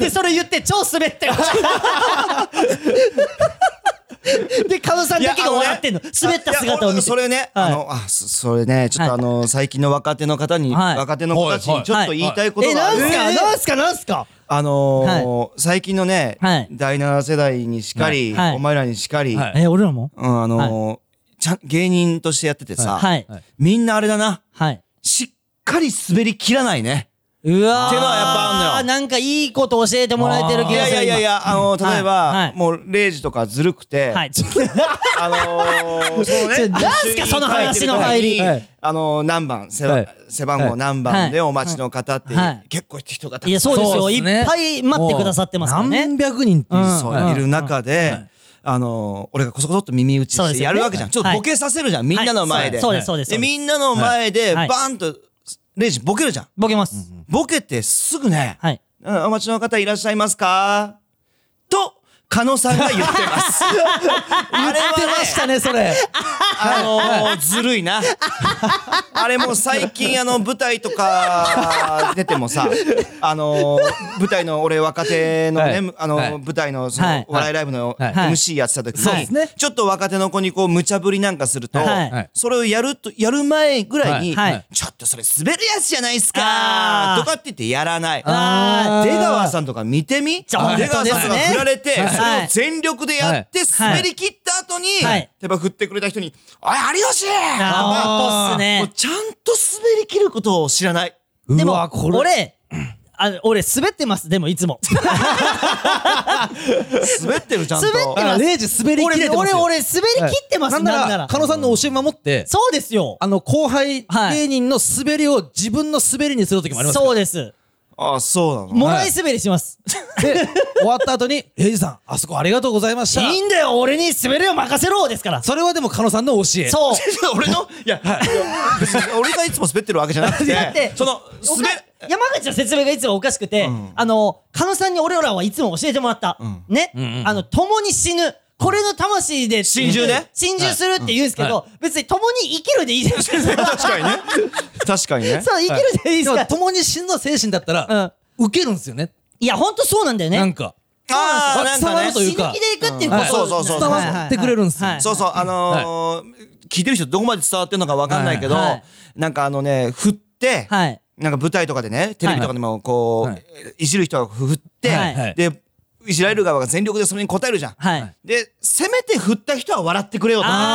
A: でそれ言って超滑ってました でカムさんだけが笑ってんの滑った姿を見
D: いや俺
A: て
D: それね、
A: はい
D: あの、あ、そそれね、ちょっとあの、最近の若手の方に、
A: はい
D: 若手の子たちにちょっと言いたいこと
A: え
D: があ
A: なん
D: る。
A: すかなんすかなんすか
D: あのー、最近のね
A: はい、
D: 第7世代にしかり、
A: はい
D: お前らにしかり、う
B: はい
D: ん
A: え、俺らも
D: あのー、ちゃん、芸人としてやっててさ、
A: はい。
D: みんなあれだな、
A: はい。
D: しっかり滑り切らないね。
A: うわー。
D: ってのはやっぱあんのよ
A: なんかいいこと教えてもらえてる
D: い
A: 気が
D: や
A: す
D: い
A: る。
D: やいやいや、あのー、例
A: はい
D: え
A: はい、
D: ばもう、レイジとかずるくて
A: 今。、はい。
D: あのー、その
A: ちょ
D: ね、
A: なんすかその話の入り
B: はい
D: あのー、何番、背
B: は
D: 番
B: い
D: 背番号何番でお待ちの方って
A: はい、
D: 結構人がた
A: い
D: く
A: や、
D: さ
A: そうです
B: そ
A: よ。
B: う
A: い
B: っすね
A: っぱい待ってくださってますからね。
B: 何百人っていう
A: うん
B: そう
D: いる中で、あのー、俺がこそこそっと耳打ち
A: そう
D: し
A: です
D: て
A: よね
D: やるわけじゃん。ちょっとボケさせるじゃん、みんなの前で。
A: そうです、そうです。そうです
D: みんなの前で、
A: は
D: バ
A: い
D: ーンと、レイジボケるじゃん。
A: ボケます。
D: ボケてすぐね、
A: はい。
D: うん、お待ちの方いらっしゃいますかと、狩野さんが言って ます。あれは
B: 出ましたね、それ。
D: あのー、ずるいな。あれも最近あの舞台とか出てもさ、あのー、舞台の俺若手の
B: は
D: ね
B: い、
D: あの
B: は
D: ー、
B: い
D: 舞台のその
A: はい
D: お笑いライブの
B: はい
D: MC やってた時
B: そうです
D: に
B: ね、
D: ちょっと若手の子にこう無茶ぶりなんかすると
A: はい
B: はい、
D: それをやると、やる前ぐらいに、
A: はいはい
D: ちょっとそれ滑るやつじゃないっす
A: あ
D: か
A: ー
D: とかって言ってやらない。
A: あ
B: ー
D: 出川さんとか見てみ出
A: そう
D: 川さんと
A: そうです
D: か
A: ね
D: 振られて、それを
A: はい
D: 全力でやって
A: はい
D: 滑り切った後に、
A: はい
D: 例えば振ってくれた人に「おい有吉!」
A: あー、本当っす
D: もう
A: ね。
D: ちゃんと滑り切ることを知らない。
A: で
B: う
A: も
B: わ、これ
A: 俺、あ俺、滑ってます。でも、いつも。
D: 滑ってるちゃんと。
A: 滑って
B: あ
A: ます
B: レイジ滑り切れ
A: 俺、
B: てます
A: 俺、
B: よ。
A: 俺、滑り切ってます。なん
B: な
A: ん
B: な
A: な
B: ら、
A: ら
B: 狩。野さんの教え守って、
A: そうですよ。
B: あの、後輩
A: はい
B: 芸人の滑りを自分の滑りにする時もありますから
A: そうです。
D: ああそうなの。
A: もらい滑りします。
B: で、終わった後に、レイジさん、あそこありがとうございました。
A: いいんだよ、俺に滑りを任せろですから。
B: それはでも、狩野さんの教え。
A: そう。
D: 俺のいや、別に俺がいつも滑ってるわけじゃ なく
A: だって
D: て、その
A: おか
D: 滑
A: 山口の説明がいつもおかしくて、あの、狩野さんに俺らはいつも教えてもらった。ね、あの、共に死ぬ。これの魂で。
D: 心中ね
A: 心中するって言うんですけど、別に共に生きるでいいじゃないですか。
D: 確かにね。確かにね。
A: そう、生きるでいいで
B: で
A: す
B: も
A: から。
B: 共に死ぬの精神だったら、受けるんですよね。
A: いや、ほんとそうなんだよね。
B: なんか。
D: ああなん
B: 伝わ
D: か
B: る
D: ね
B: と。いうか
A: 死ぬ気でいくっていうこと、
D: うんはいそうそうそうそう
A: はいはいはい
B: 伝わってくれるんですよ
A: はい
D: そうそう、あのー、聞いてる人どこまで伝わってるのかわかんないけど
A: はいはい、
D: なんかあのね、振って、
A: はい。
D: なんか舞台とかでね、テレビとかでもこ、
B: はいう
D: いじる人が振って
A: はい
B: はい、
D: で、いじられる側が全力でそれに応えるじゃん。
A: はい。
D: で、せめて振った人は笑ってくれよと。
A: あー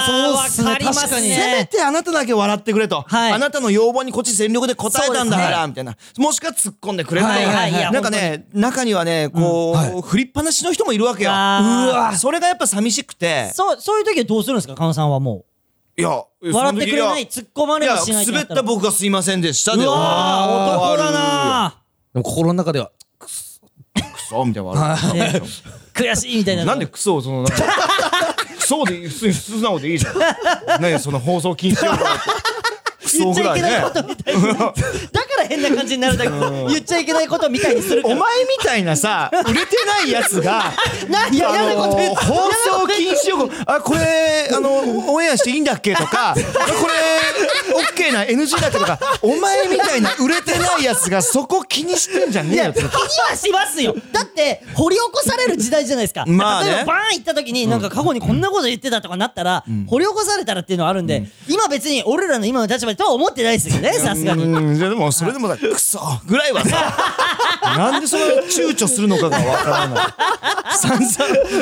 B: あーそうっすね
A: わかります
B: 確かに
A: ね
D: せめてあなただけ笑ってくれと。
A: はい
D: あなたの要望にこっち全力で応えたんだか
A: そうです
D: ら、みたいな。もしくは突っ込んでくれると
A: はいはいはい
D: か。なんかね、中にはね、こう、振りっぱなしの人もいるわけよ。う
A: あー
D: わそれがやっぱ寂しくて。
A: そう、そういう時はどうするんですか、狩野さんはも
D: いや、
A: う。笑ってくれない、突っ込ま
D: い
A: れ
D: や
A: もしない、
D: 滑った
A: 僕。
D: 僕がすいませんでしたで。
A: うわー、男だ
D: あ
A: な
B: でも、心の中では、
D: ークソみたいな笑う。
A: ね悔しいみたいな。
D: なんでクソをその、なんかクソで、普通に素直でいい じゃん。ねその放送禁止用
A: 言っ
D: 語だってクソ
A: ち
D: ぐ
A: ゃ
D: ら
A: いけ
D: い
A: ない
D: ね
A: こ。とみたいな。だから変な感じになるだけ。言っちゃいけないことみたいにするか
D: お
A: ら。
D: 前みたいなさ、売れてないやつが、
A: なんや、嫌なこと言っ
D: あのー放送禁止用語、あ、これ、あの、オンエアしていいんだっけとか、これ、オッケー
E: いな NG だってとか、お前みたいな売れてないやつがそこ気にしてんじゃねえよって。
A: 気にはしますよだって掘り起こされる時代じゃないですか
E: まあね
A: 例えばバーン行った時になんか過去にこんなこと言ってたとかなったら、掘り起こされたらっていうのはあるんで、今別に俺らの今の立場とは思ってないですよねさすがに
E: うん、じゃあでもそれでもさ、クソぐらいはさ、なんでそれを躊躇するのかがわからない。散々、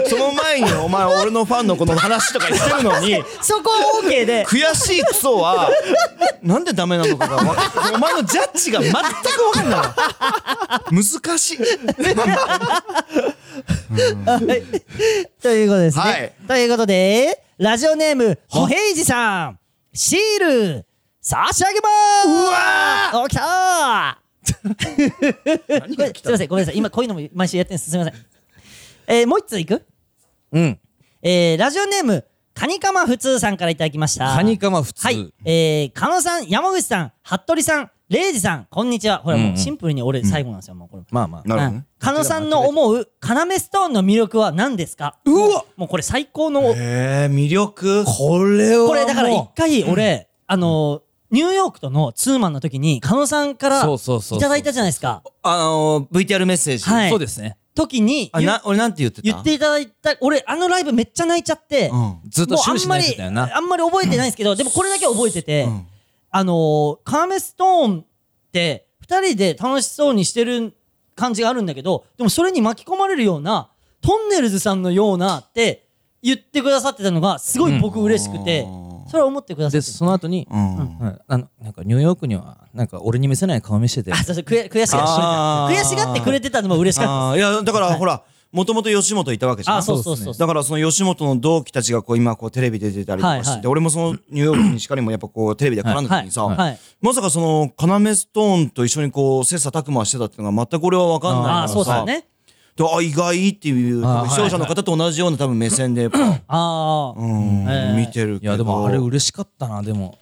E: その前にお前俺のファンのこの話とか言ってるのに、
A: そこは OK で
E: 悔しいクソは、なんでダメなのかがわかお前のジャッジが全くわかんない。難しい。
A: はいということですね。
E: はい
A: ということで、ラジオネーム、ほへいじさん、シール、差し上げまーすうわーお、来たーこれすいません、ごめんなさい。今、こういうのも毎週やってるんです。すいません。えー、もう一ついく
B: うん。
A: えー、ラジオネーム、カニカマ普通さんからいただきました。
B: カニカマ普通。
A: はい。えー、狩野さん、山口さん、服部さん、レイジさん、こんにちは。ほら、もうシンプルに俺最後なんですよ、もうこれ。
B: まあまあ。
E: なるほどね
A: カノさんの思う要ストーンの魅力は何ですかうわもうこれ最高の
E: えー、魅力
B: これはもう。
A: これだから一回俺あのニューヨークとのツーマンの時にカノさんから
B: そうそうそうそう
A: いただいたじゃないですか
D: あのー、VTR メッセージ。
A: はい
B: そうですね。
A: 時に
D: あ、
A: 言
D: な、俺なんて言ってた
A: 言っていただいた俺あのライブめっちゃ泣いちゃって
D: うん。
B: ずっと
A: もうあ
B: 終
A: ん
B: 始
A: ま
B: ない
A: り
B: やつだよな。
A: あんまり覚えてないんですけどでもこれだけは覚えててあの要ストーンって二人で楽しそうにしてる感じがあるんだけどでもそれに巻き込まれるようなトンネルズさんのようなって言ってくださってたのがすごい僕嬉しくてそれは思ってくださ
B: で、
A: って
B: その後に、
D: うん。
B: うんあの、なんかニューヨークには、なんか俺に見せない顔見せて
A: あ、。そうそう、悔悔しが
D: あ
A: っ
D: ー
A: て、悔しがってくれてたのも嬉しかっ
D: ああ、いや、だから、ほら、もともと吉本いたわけじ
A: た。
D: ゃ
A: あ
D: ん。
A: ー、そうそうそう。
D: だからその吉本の同期たちがこう今こうテレビで出てたりとかしてて、
A: はいはい
D: 俺もそのニューヨークにしかりもやっぱこうテレビで絡んだ
A: はい、
D: 時にさ、
A: はい。
D: まさかその要ストーンと一緒にこう切磋琢磨してたっていうのが全く俺は分かんないから
A: あ
D: さ
A: あー、そうだね。
D: であ意外っていう多
B: あー
D: 分視聴者の方と同じような多分目線でやっぱ
A: ああ。
D: うん
A: えー
D: 見てる
B: い
D: けど
B: や、でもあれ嬉しかったな、でも。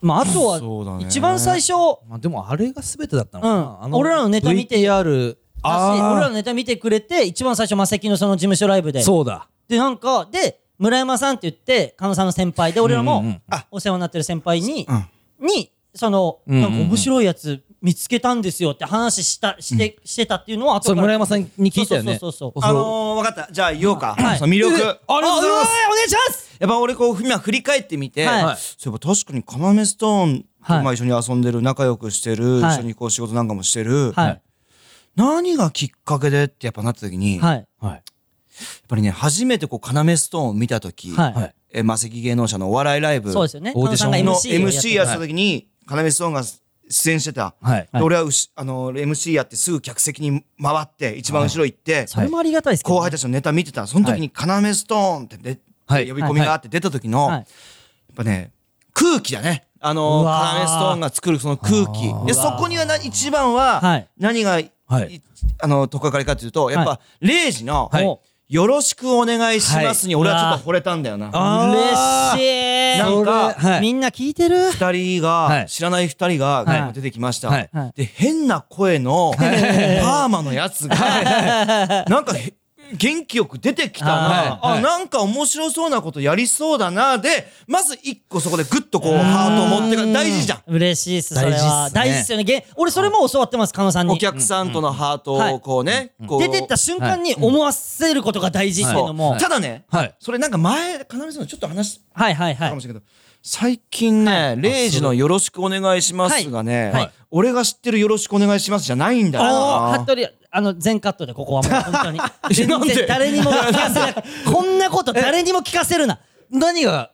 A: まあ、あと
D: そうだ
A: は、
D: ね
A: 一番最初、
B: まあでもあれが全てだったのか
A: うん
B: な。あの
A: 俺らのネタ見て
B: VTR。
A: だし
B: ー
A: 俺らのネタ見てくれて、一番最初、マセキのその事務所ライブで。
B: そうだ。
A: で、なんか、で、村山さんって言って、狩野さんの先輩で、俺らも
B: うんうんうん
A: お世話になってる先輩に
D: ん、
A: に、その、
B: んうん
A: なんか面白いやつ見つけたんですよって話した、して、してたっていうのは、後
B: そ
A: か
B: れ
A: ら
B: 村山さんに聞いたよね。
A: そうそうそう
D: あのー、分かったじゃあ言おうか、
A: はい
D: その魅力
B: えありがとうござい
A: あ
B: ます
A: お願いします
D: やっぱ俺こう今振り返ってみて、
A: はい
D: そういえば確かに要ストーンと
A: はい
D: まあ一緒に遊んでる仲良くしてる、
A: はい
D: 一緒にこう仕事なんかもしてる、
A: はい。
D: 何がきっかけでってやっぱなった時に、やっ
A: はい。
B: はい。
D: ぱりね初めてこう要ストーンを見た時、
A: はい。
B: はい
D: えマセキ芸能者のお笑いライブ
A: そうで
D: の
A: すよね。
B: オーディション
A: 狩野さんが
D: MC やって
A: る
D: た時に要ストーンが出演してた。
B: はい。
D: で俺はうしあの MC やってすぐ客席に回って一番後ろ行って、
A: それもありがたいですけどね
D: 後輩たちのネタ見てたその時に「要ストーン」ってで、
B: はい
D: 呼び込みがあって出た時の、
A: はい
D: やっぱね空気だねあの
A: うわー
D: 要ストーンが作るその空気でそこにはな一番は、
A: はい
D: 何が、
B: はい
D: あのとっかかりかというとやっ
A: は
D: ぱ0時の、
A: はい
D: よろしくお願いします」に
A: はい
D: 俺はちょっと惚れたんだよな。
A: 嬉
B: い。
A: しい
D: なんか
B: それはい
A: みんな聞いてる
D: 二人が、
B: はい
D: 知らない二人が、
A: はい
D: 今出てきました、
B: はい
A: はい
D: で変な声のパーマのやつが、なんかへ元気よく出てきたな、
B: はいはい
D: あなんか面白そうなことやりそうだなでまず一個そこでグッとこうハートを持ってか大事じゃん
A: 嬉しいっす、それは。大
B: 大
A: 事
B: 事
A: っ
B: っ
A: す
B: す
A: よね。げん俺、それも教わってます、狩野さんに。
D: お
A: 出
D: 客さんとのハートをこうね、こう
A: てった瞬間に思わせることが大事っていうのも
B: はい。
D: ただね、
B: はい。
D: それなんか前要さんのちょっと話した
A: はいはいは
D: かも
A: い。
D: しれないけど、最近ね「0時のよろしくお願いします」がね、
A: はいはい
D: 俺が知ってる「よろしくお願いします」じゃないんだよな
A: あの、服部、あの、全カットで、ここはもう、本当に。全
D: なん
A: 然
D: で
A: 誰にも聞かせない。こんなこと誰にも聞かせるな。
B: 何が、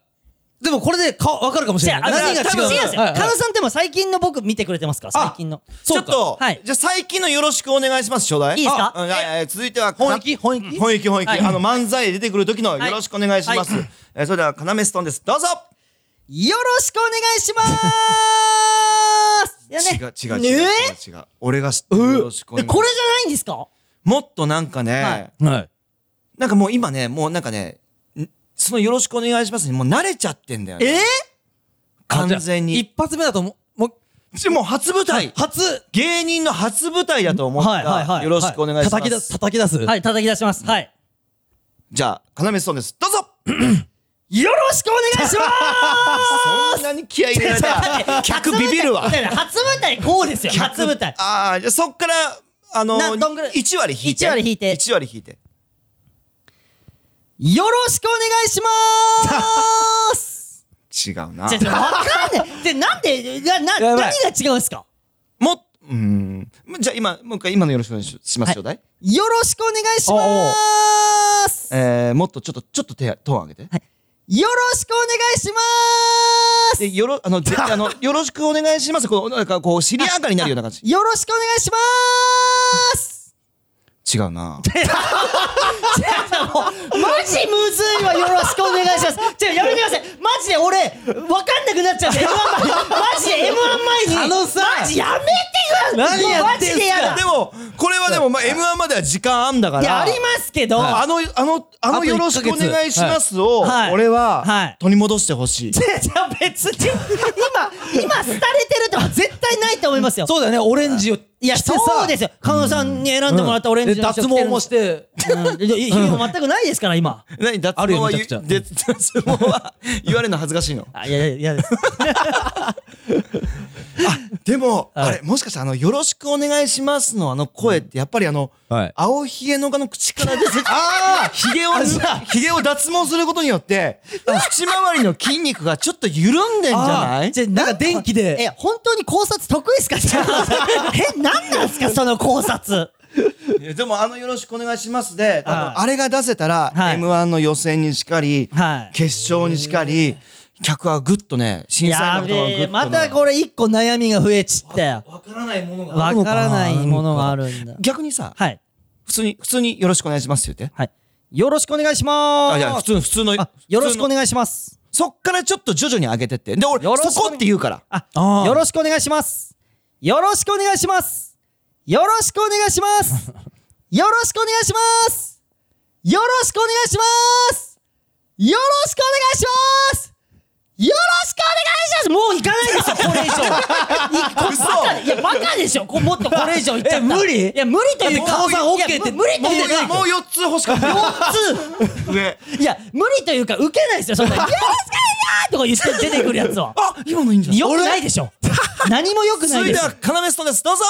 B: でもこれでかわかるかもし
A: じ
B: れ
A: ゃ
B: ない。
A: あ、
B: 何が違
A: 多分違うんです
B: う
A: よ。
B: はい
A: 狩野
B: はい
A: さんっても最近の僕見てくれてますから、最近の。
D: ちょっと、
A: はい
D: じゃあ最近のよろしくお願いします、ちょうだい。
A: いいですか
D: あうんはいはい続いては、
B: 本気本
D: か
B: 気
D: 本意気本意気、
A: はい
D: あの、漫才出てくる時のよろしくお願いします。
A: は
D: えーそれでは、要ストーンです。どうぞ
A: よろしくお願いしまーすいやね
D: 違う違う違う違
A: ね
D: う違う。俺が知ってるよろしくお
A: え
D: 願い
A: これじゃないんですか
D: もっとなんかね、
A: はい
B: はい。
D: なんかもう今ね、もうなんかね、んそのよろしくお願いしますにもう慣れちゃってんだよ
A: え
D: ね。完
B: あ
D: 全
B: じゃあ
D: に。
B: 一発目だと思う、もう、
D: でもう初舞台、
B: 初、
D: 芸人の初舞台だと思った、
A: はいはいはい
D: よろしくお願いします。
B: 叩き出す、叩き出す。
A: はい、叩き出します。はい。
D: じゃあ、要ストーンです。どうぞ
A: よろしくお願いし
D: そんなに気合い入れられた。
A: ます
D: 客ビビる
A: 初
D: わ
A: 舞台初舞台こうですよ、初舞台。
D: ああ、じゃあそっから、あの、
A: などんぐらい
D: 1割引いて。
A: 一割引いて
D: 1割引いて。
A: よろしくお願いしまーす
D: 違うな
A: じゃ、。じゃわかんない。 で、なんで、な、な、
B: や
A: 何
B: ば
A: が
B: い
A: 違うんですか
D: もっ、うーん。じゃあ今、もう一回今のよろしくお願いしますちょうだい。
A: よろしくお願いしまーす
D: えー、もっとちょっと、ちょっと手、トーン上げて。
A: よろしくお願いしまーす
D: で、よろ、あの、ぜあの、よろしくお願いします。こう、なんかこう、尻上がりになるような感じ。
A: よろしくお願いしまーす
D: 違うな。
A: じゃあもうマジむずいわよろしくお願いしますじゃあやめてくださいマジで俺わかんなくなっちゃって M1 前マジで M1 前に
B: あのさ
A: マジやめてください
B: 何やってんす
A: マジ
B: か
A: でやだ
D: でも、これはでも、まあ、M1 までは時間あんだから。
A: いやありますけど、
D: あの、あの、あ
B: あ
D: の、
B: と
D: よろしくお願いしますを
A: はい、
D: 俺
A: は、
D: はい取り戻してほしい。
A: じゃあ別に今今廃れてるとか絶対ないと思いますよ
B: そうだよね、オレンジを着
A: い
B: て
A: や
B: さ。
A: そうですよ狩野さんに選んでもらったオレンジ
B: で
A: の衣
B: 脱
A: 装着て
B: 毛
A: るん
B: も
A: で
B: して。
A: うんいや意味も全くないですから今
D: 何脱
B: ある
D: 毛
B: よ
D: は
B: めち
D: 言
B: ゃくちゃ
D: うで脱毛は言われるの恥ずかしいの
A: あいやいやいや
D: でも、あれもしかしてあの「よろしくお願いします」のあの声ってやっぱりあの、
C: はい
D: 青ひげのがの口から 出てああひげをひげを脱毛することによって口周りの筋肉がちょっと緩んでんじゃない
B: じゃあなんか電気で。
A: え本当に考察得意ですか え何なんですかその考察
D: いやでもあの「よろしくお願いしますで」多
A: はい
D: 分あれが出せたら、
A: はい
D: m 1の予選にしかり、
A: はい
D: 決勝にしかり客はぐっとね審査
A: や
D: 員
A: べ
D: の方がグッ
A: え
D: とね
A: またこれ一個悩みが増えちったよ
B: わからないもの
A: わからないものがあるんだ
D: 逆にさ
A: はい
D: 普通に普通に「よろしくお願いします」って言って
A: はいよろしくお願いしま
D: あいや普
A: す
D: 通の普通の
A: あよろしくお
D: ね
A: 願いします
D: そっからちょっと徐々に上げてってで俺
A: よろしくね
D: そこって言うから
A: あ
B: あー
A: よろしくお願いします。よろしくお願いします。よろしくお願いし ます。よろしくお願いします。よろしくお願いします。よろしくお願いします。よろしくお願いします。もう行かないですよ、これ以上。いこバカいや、バ カでしょ。こもっとこれ以上行っちゃったら。
B: え無理
A: いや、無理というか。
B: だって顔さん OK って
A: いや無理というか。
D: もう4つ欲しかった上
A: いや、無理というか、受けないですよ、そん な。よろしくお願いしますとか言って出てくるやつは。
D: あ今のいいんじゃない
A: よくないでしょ。何もよくない
D: 続
A: で
D: いて
A: す
D: は。要ストですどうぞ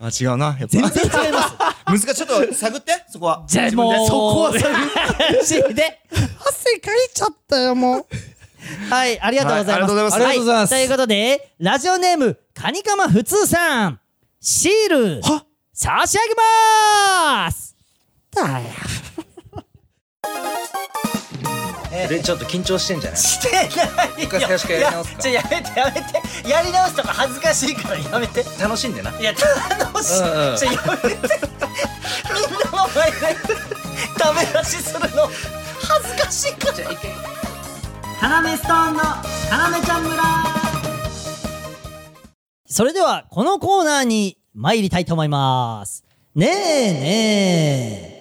D: あ違うなやっ
A: 全然違います。
D: ぱ難しいちょっと探ってそこは
A: じゃあもう、そこはさ、 で、汗かいちゃったよ、もう。はい、ありがとうございます。
D: はいありがとうございま
A: は
D: す
B: ありがとうございます
A: ということで、ラジオネーム、カニカマふつうさん、シール、差し上げまーすだ よ。
F: でちょっと緊張してんじゃない
A: してないよ
F: 回最初からやり直すか
A: いやちょやめてやめて。やり直すとか恥ずかしいからやめて。
F: 楽しんでない
A: や、楽しい。
F: うんうん
A: ちょ、やめて。みんなの前でダメ出しするの恥ずかしいから。カナメストーンのカナメちゃん村それでは、このコーナーに参りたいと思います。ねえねえ。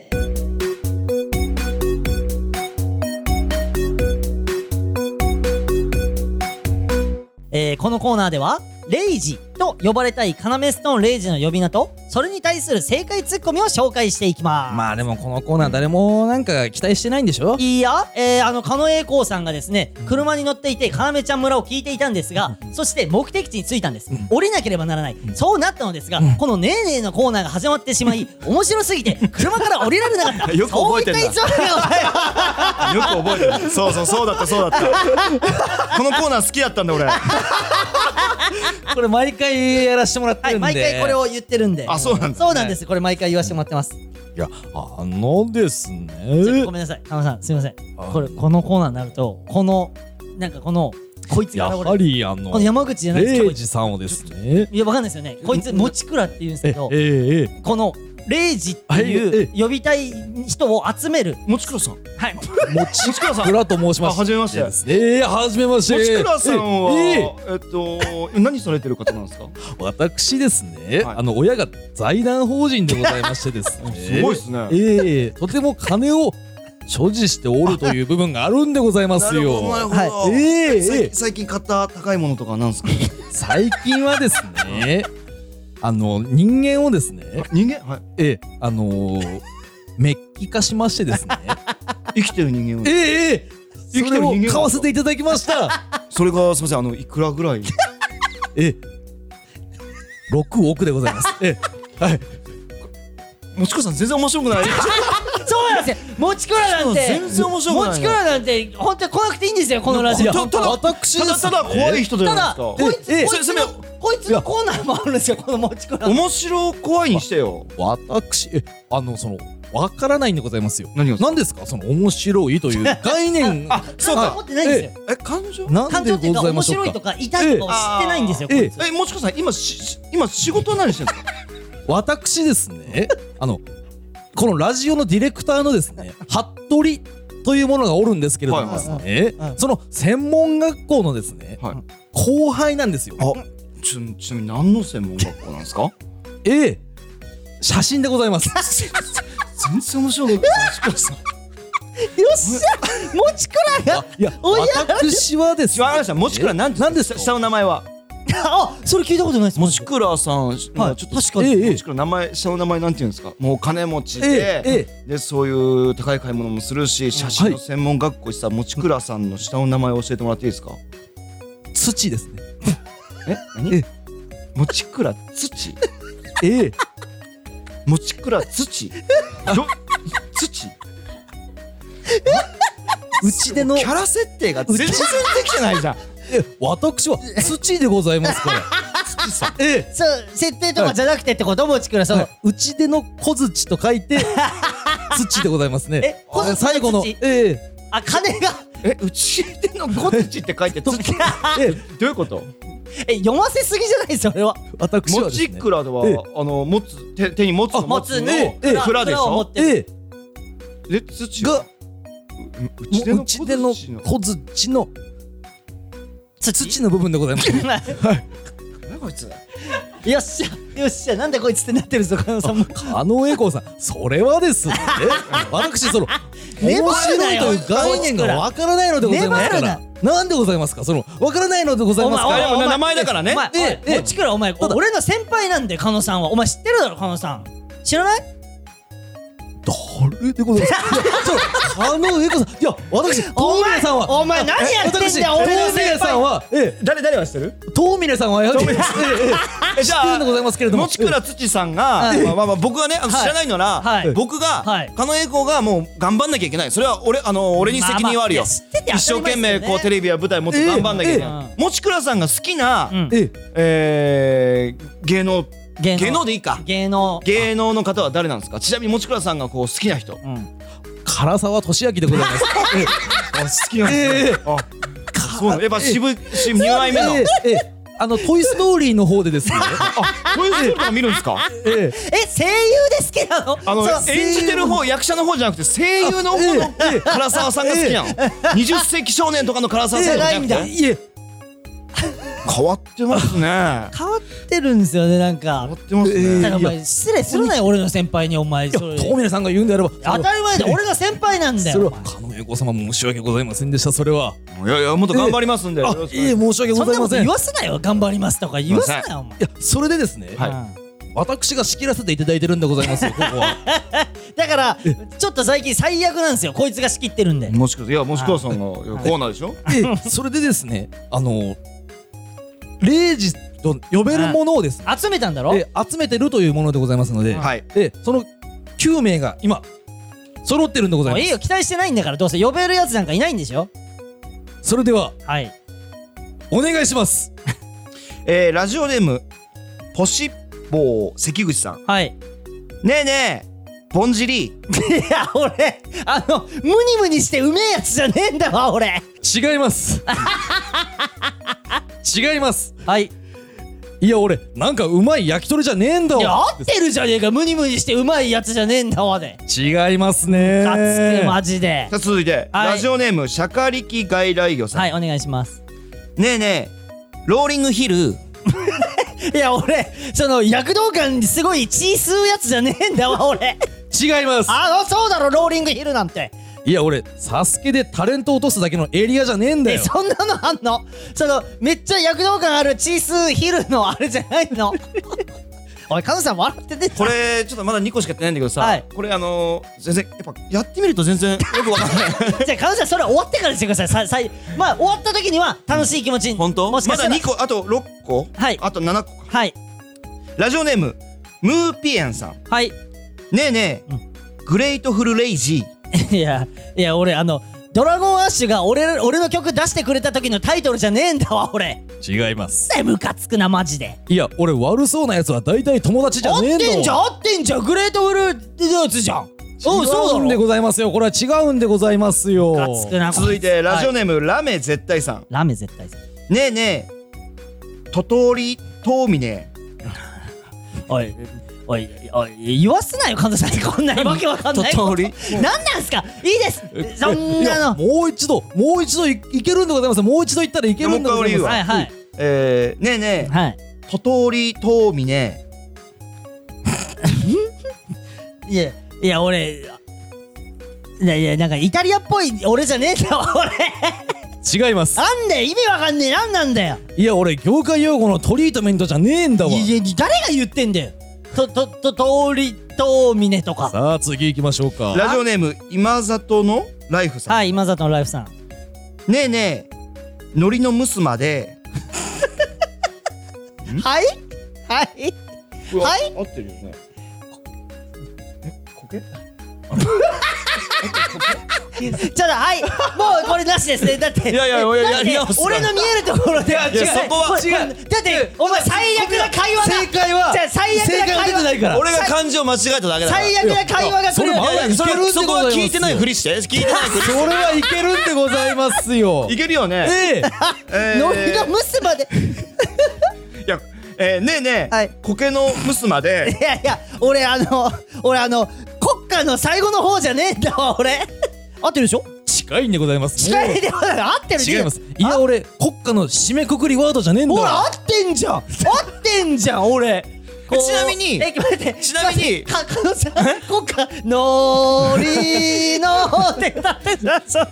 A: えーこのコーナーでは、レイジと呼ばれたいカナメストーンレイジの呼び名と、それに対する正解ツッコミを紹介していきます。
B: まあでもこのコーナー誰もなんか期待してないんでしょ
A: いいや、えー、あの、狩野英孝さんがですね、車に乗っていて、要ちゃん村を聞いていたんですが、そして目的地に着いたんです。降りなければならない。そうなったのですが、このねえねえのコーナーが始まってしまい、面白すぎて、車から降りられなかった。
D: よく覚えてんな
A: そういった逸話でございます
D: よく覚えてるそうそうそうだったそうだ ったこのコーナー好きだったんだ俺
B: これ毎回やらしてもらって
A: はい、
B: るんで。
A: 毎回これを言ってるんで。
D: あそうなんだ
A: そうなんです。これ毎回言わせてもらってます。
C: いや、あのです
A: ちょっと
C: ね
A: ご。めんなさい、狩野さん、すいません。これ、このコーナーになると、この、なんかこの、こいつ
C: や
A: が現れ
C: は
A: る。
C: り、あ
A: こ
C: の
A: の、山口じゃないです
C: レ
A: こ
C: イ
A: いつ
C: ジさんをですね。
A: いや、わかんないですよね。こいつ、もちくらって言うんですけ
C: え
A: ど、
C: え、ええ、
A: このレイジって
C: はい
A: い
C: え
A: う呼びたい人を集める
D: もちくろさん
A: はい
C: もちくらさん。くらと申しま
D: あ
C: す。
D: はじめまして
C: いやですええ、はじめまして。
D: もちくろさん
C: ええええ
D: はえっと何されてる方なんですか
C: 私ですね、
D: はい
C: あの親が財団法人でございましてですね
D: すごいっすね
C: ええとても金を所持しておるという部分があるんでございますよ
A: はい
D: え
C: ええ
D: 最
C: ええ
D: 近最近買った高いものとかなんですか
C: 最近はですねあの人間をですね
D: 人間はい
C: ええあのーメッキ化しましてですね
D: 生きてる人間を。
B: ええ
D: 生きてる人間
B: 買わせていただきました。
D: それがすみませんあのいくらぐらい。
B: え六億でございます。え
D: もちこさん全然面 白くない。
A: そうなんですよ持ちこらなんて
D: 全然面白くない
A: 持ちこらなんて本当に来なくていいんですよこのラジオ
D: ただ
B: 私
D: ただただ怖い人じゃ
A: た
D: ない
A: だ
D: で
A: こ。
D: すか
A: いつ
B: え
A: こい
D: せ
A: つ
D: せめ
A: のこいつのコーナーもあるんですよこの持ちこら
D: 面白怖いにしてよ。
B: 私えあのそのわからないんでございますよ。
D: 何が
B: 何ですかその面白いという概念あ
A: そうか持ってないんですよ
D: え感情？
B: なん
A: 感
B: で
A: 情っていう
B: ご
A: か
B: ざい
A: 面
B: ましょ
A: 白
B: う
A: いと
B: か。
A: か痛いとかを知ってないんですよ、
B: ええ
A: こいつ
D: えもちこさん今しし今仕事は何してるんですか。
B: 私ですねあのこのラジオのディレクターのですね服部というものがおるんですけれどもですね
A: はいはい
B: その専門学校のですね
D: はい
B: 後輩なんですよ。
D: ちなちなみに何の専門学校なんですか。
B: ええ写真でございます。
D: 全然面白 くな
A: よ
D: い。
A: っしゃ持ちこらが
B: いや
A: おや
B: 私はです
D: わかりました。もちくらなんなんです
B: か
D: 下の名前は。
A: あそれ聞いたことないです
D: もちくらさん。はい。ちょっと確か
B: に
D: もちくら名前下の名前なんて言うんですか。もう金持ち
B: ええ
D: で。
B: え
D: でそういう高い買い物もするし写真の専門学校したもちくらさんの下の名前を教えてもらっていいですか
B: え土ですね。
D: え何
B: え
D: もちくら 土
B: ええ
D: もちくら 土ど土
B: うちでの
D: キャラ設定が全然できてないじゃん
B: え私は土でございます から。土さん。ええ
A: そう設定とかじゃなくてってこともちくらさん、
B: はい、うちでの小槌と書い て土でございますね。
A: え小槌
B: 最後の
A: 小槌
B: ええ
A: あ金が
D: えうちでのご土って書 いて土ど
B: ええ
D: ういうこと
A: え読ませすぎじゃないそれは
B: 私は
D: も
B: です
D: ち
B: ね。
D: くらでは
B: ええ
D: あの持つ手手に持つの
A: 持
D: 持
A: つ
D: つ
A: の蔵
D: の蔵でし
A: 蔵を持
D: ょ
A: ってる
B: ええ
D: で土
B: が
D: はうちで
B: う
D: の
B: ちでの
D: 小槌の
B: 小槌の土の部分でございます。
A: よっしゃよっしゃなんでこいつってなってるぞカノさんも
B: 加納栄子さん、それはです ね。私その
A: 粘るなよ
B: 面白いという概念がわからないのでございますから。なんでございますか。そのわからないのでございます
A: お前お
B: か。
A: 前
D: 名前だからね
A: お前
B: ええ
A: おいもちくらお前
B: だ
A: 俺の先輩なんでカノさんはお前知ってるだろカノさん知らない
B: 誰でございますか。い やその加納栄子さん、いや私東宮さんは。
A: お前何やってん
B: 私、
A: だよ
B: 東
A: 俺の
B: 峰
A: 先
B: さ
A: 輩
B: んは、ええ、
D: 誰誰はしてる
B: 東峰さんはやはり、えええ
D: えじ
B: え、
D: ゃ
B: なん
D: あ
B: でございますけれども、
D: もちくら土さんが、
A: はい
D: まあまあまあ僕はね、あの
A: はい
D: 知らないのなら、
A: はい
D: 僕が、
A: はい
D: 狩野英孝がもう頑張んなきゃいけない。それは俺、あの、俺に責任はあるよ。
A: まあまあいや知ってて当たり前ですよ
D: 一生懸命
A: ね
D: こうテレビや舞台もっと頑張んなきゃいけ
A: え
D: な
A: え
D: い。もちくらさんが好きな、
A: うん
B: ええ、
D: えー、芸能、
A: 芸
D: 芸能でいいか。
A: 芸能
D: 芸能の方は誰なんですかちなみにもちくらさんがこう好きな人。
A: うん
B: 唐沢俊明でございます。ええ
D: あ好きな人。あそうなのやっぱ渋い、渋い、2枚目の。
B: ええええあの、トイストーリーの方でですね、
D: あ、そういう人とか見るんですか
B: ええ
A: え声優で好きなの
D: あの
A: そう
D: 演じてる方役者の方じゃなくて声優の方の唐沢さんが好きなの20世紀少年とかの唐沢さんじゃなくて
B: ええ、いえ、
D: 変わってますね変わ
A: 変わってるんですよねなんか
D: ってます
A: だか
D: ね
A: らお前失礼するなよ俺の先輩にお前それ
B: 東峰さんが言うんであれば、
A: 当たり前だ
B: ええ
A: 俺の先輩なんだ
B: それ
A: よ
B: は、加納栄子様申し訳ございませんでした、それは。
D: いやいやもっと頑張りますんで
B: あ
D: よろ、しくお
B: いえ、
D: 願い
B: 申
D: し
B: し訳
A: そ
B: ご
A: んな
B: ざい
A: こ
B: ま
A: と
B: せん。
A: 言
B: い
A: わせないよ頑張りますとか言わせないよお前
B: や、それでですね、
D: はい
B: 私が仕切らせていただいてるんでございますよ、ここは。
A: だからちょっと最近最悪なんですよこいつが仕切ってるんで
D: ますもしくはいやもしくはさんがいやコーナーでしょ
B: で、それでですね、あの、レイジと呼べるものをですね、
A: 集めたんだろ
B: え集めてるというものでございますので、
D: はい
B: でその9名が今揃ってるんでござい
A: も
B: ま
A: う
B: す
A: いいよ期待してないんだからどうせ呼べるやつなんかいないんでしょ
B: それでは
A: はい
B: お願いします
D: えーラジオネームポシッポー関口さん
A: はい
D: ねえねえぼんじり
A: いや俺あのムニムニしてうめえやつじゃねえんだわ俺
B: 違います 違います
A: はい
B: いや俺なんかうまい焼き鳥じゃねえんだ
A: いや
B: わ
A: 合ってるじゃねえかムニムニしてうまいやつじゃねえんだわで
B: 違いますね
A: ガッツくマジで
D: さあ続いて
A: はい
D: ラジオネームシャカリキ外来魚さ
A: は
D: ん
A: いお願いします
D: ねえねえローリングヒル
A: いや俺その躍動感すごい血吸うやつじゃねえんだわ俺
B: 違います
A: あのそうだろローリングヒルなんて
B: いや俺サスケでタレント落とすだけのエリアじゃねえんだ
A: え
B: よ
A: そんなのあんのそのめっちゃ躍動感あるチースヒルのあれじゃないの おい、カズさん笑ってて。
D: これちょっとまだ2個しかやってないんだけどさ、
A: はい
D: これあのー、全然やっぱやってみると全然よくわかんない
A: じゃあ、カズさん、それ終わってからにしてください。さ、さい、まあ、終わった時には楽しい気持ちに。
D: 本当
A: も
D: ま
A: しかした
D: だ
A: ら
D: 2個あと6個、
A: はい
D: あと7個か
A: はい。
D: ラジオネームムーピエンさん
A: はい。
D: ねえねえ、グレートフルレイジー
A: いや、いや、俺、あの、ドラゴンアッシュが俺ら、俺の曲出してくれた時のタイトルじゃねえんだわ、俺。
B: 違います
A: せ、ムカつくな、マジで。
B: いや俺悪そうなやつは大体友達じゃ
A: 合っ
B: ねえんだ
A: てんじゃん
B: ん
A: 合ってんじゃんグレートフルーツじゃんうん、そうだ
B: 違うんで
A: ろ
B: ございますよこれは違うんでございますよ
A: ムカつくな、
D: 続いてラジオ
A: はい
D: ネーム、ラメ絶対さん
A: ラメ絶対さ
D: ねえねえトトリトーミネ
A: おい、おい、おい、言わすなよ、神田さんにこんな にわけわかんないこと。
D: リ
A: 何なんすかいいですそん
B: いや
A: なの。
B: もう一度もう一度いいけるんでございますもう一度言ったらいけるんでござい
D: もう一回俺言う
B: ま
D: わ
A: はいはい。
D: えー、ねえね
A: はい。
D: えトトリトーミネ
A: いや、いや、俺、いやいや、なんかイタリアっぽい俺じゃねえんだ わ、俺。
B: す違います
A: なんで意味わかんねえ、なんなんだよ。
B: いや俺業界用語のトリートメントじゃねえんだわ
A: いや、誰が言ってんだよ。と、と、と、通り、と、峰とか。
B: さあ次行きましょうか
D: ラジオネーム今里のライフさん、
A: はい、今里のライフさん。
D: ねえねえのりのむすまで
A: はいはいはい
D: 合ってるよね
A: ちょっとはいもうこれなしですねだってい
G: やいやいや
A: だって
G: やり直す
A: 俺の見えるところでいや
G: いやそこは違う
A: だってお前最悪な会話だ
G: 正解は
A: じゃあ最悪な
G: 正解は
A: 会
G: 出て
A: 話
G: ないから
H: 俺が漢字を間違えただけだから
A: 最悪な会話がこ
B: それまだい
H: そ
B: けるん
H: れ
B: で
H: そこ
B: ござ
H: は
B: います
H: 聞いてないふりして聞いてないふり
B: それはいけるんでございますよ
D: いけるよね
B: ええ
D: え
A: ノリのムスまで
D: いや、えー、ねえねえ、
A: はい
D: 苔のむすまで
A: いやいや俺あの俺あの国家の最後の方じゃねえんだわ俺合ってるでしょ
B: 近いんでございます
A: 近いでも合ってる
B: 違いますいや俺国家の締めくくりワードじゃねえんだ
A: ほら
B: わ
A: 合ってんじゃん合ってんじゃん俺こう
H: ちなみに
A: え待って
H: ちなみに
A: かかのさんこっかのりのーって歌ってたそれ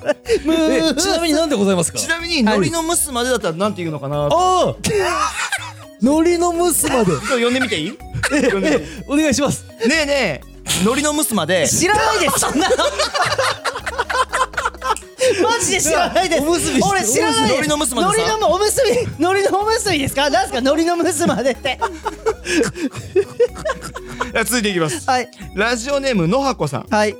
A: む
B: えちなみに何でございますか
D: ちなみに、のりのむすまでだったらなんて言うのかなちょ
B: ああノリのムスまで
D: っと呼んでみていい 呼んでみて
B: お願いします
D: ねえねえ、のりのむす まで
A: 知らないですそんなのマジで知らないです
B: おむすび
A: 俺知らないです
H: 海苔のむすま
A: の
H: で
A: り
H: さ
A: のむおむすびのりのおむすびですか何すかのりのむすまでって
D: いや続いていきます
A: はい
D: ラジオネームのはこさん
A: はい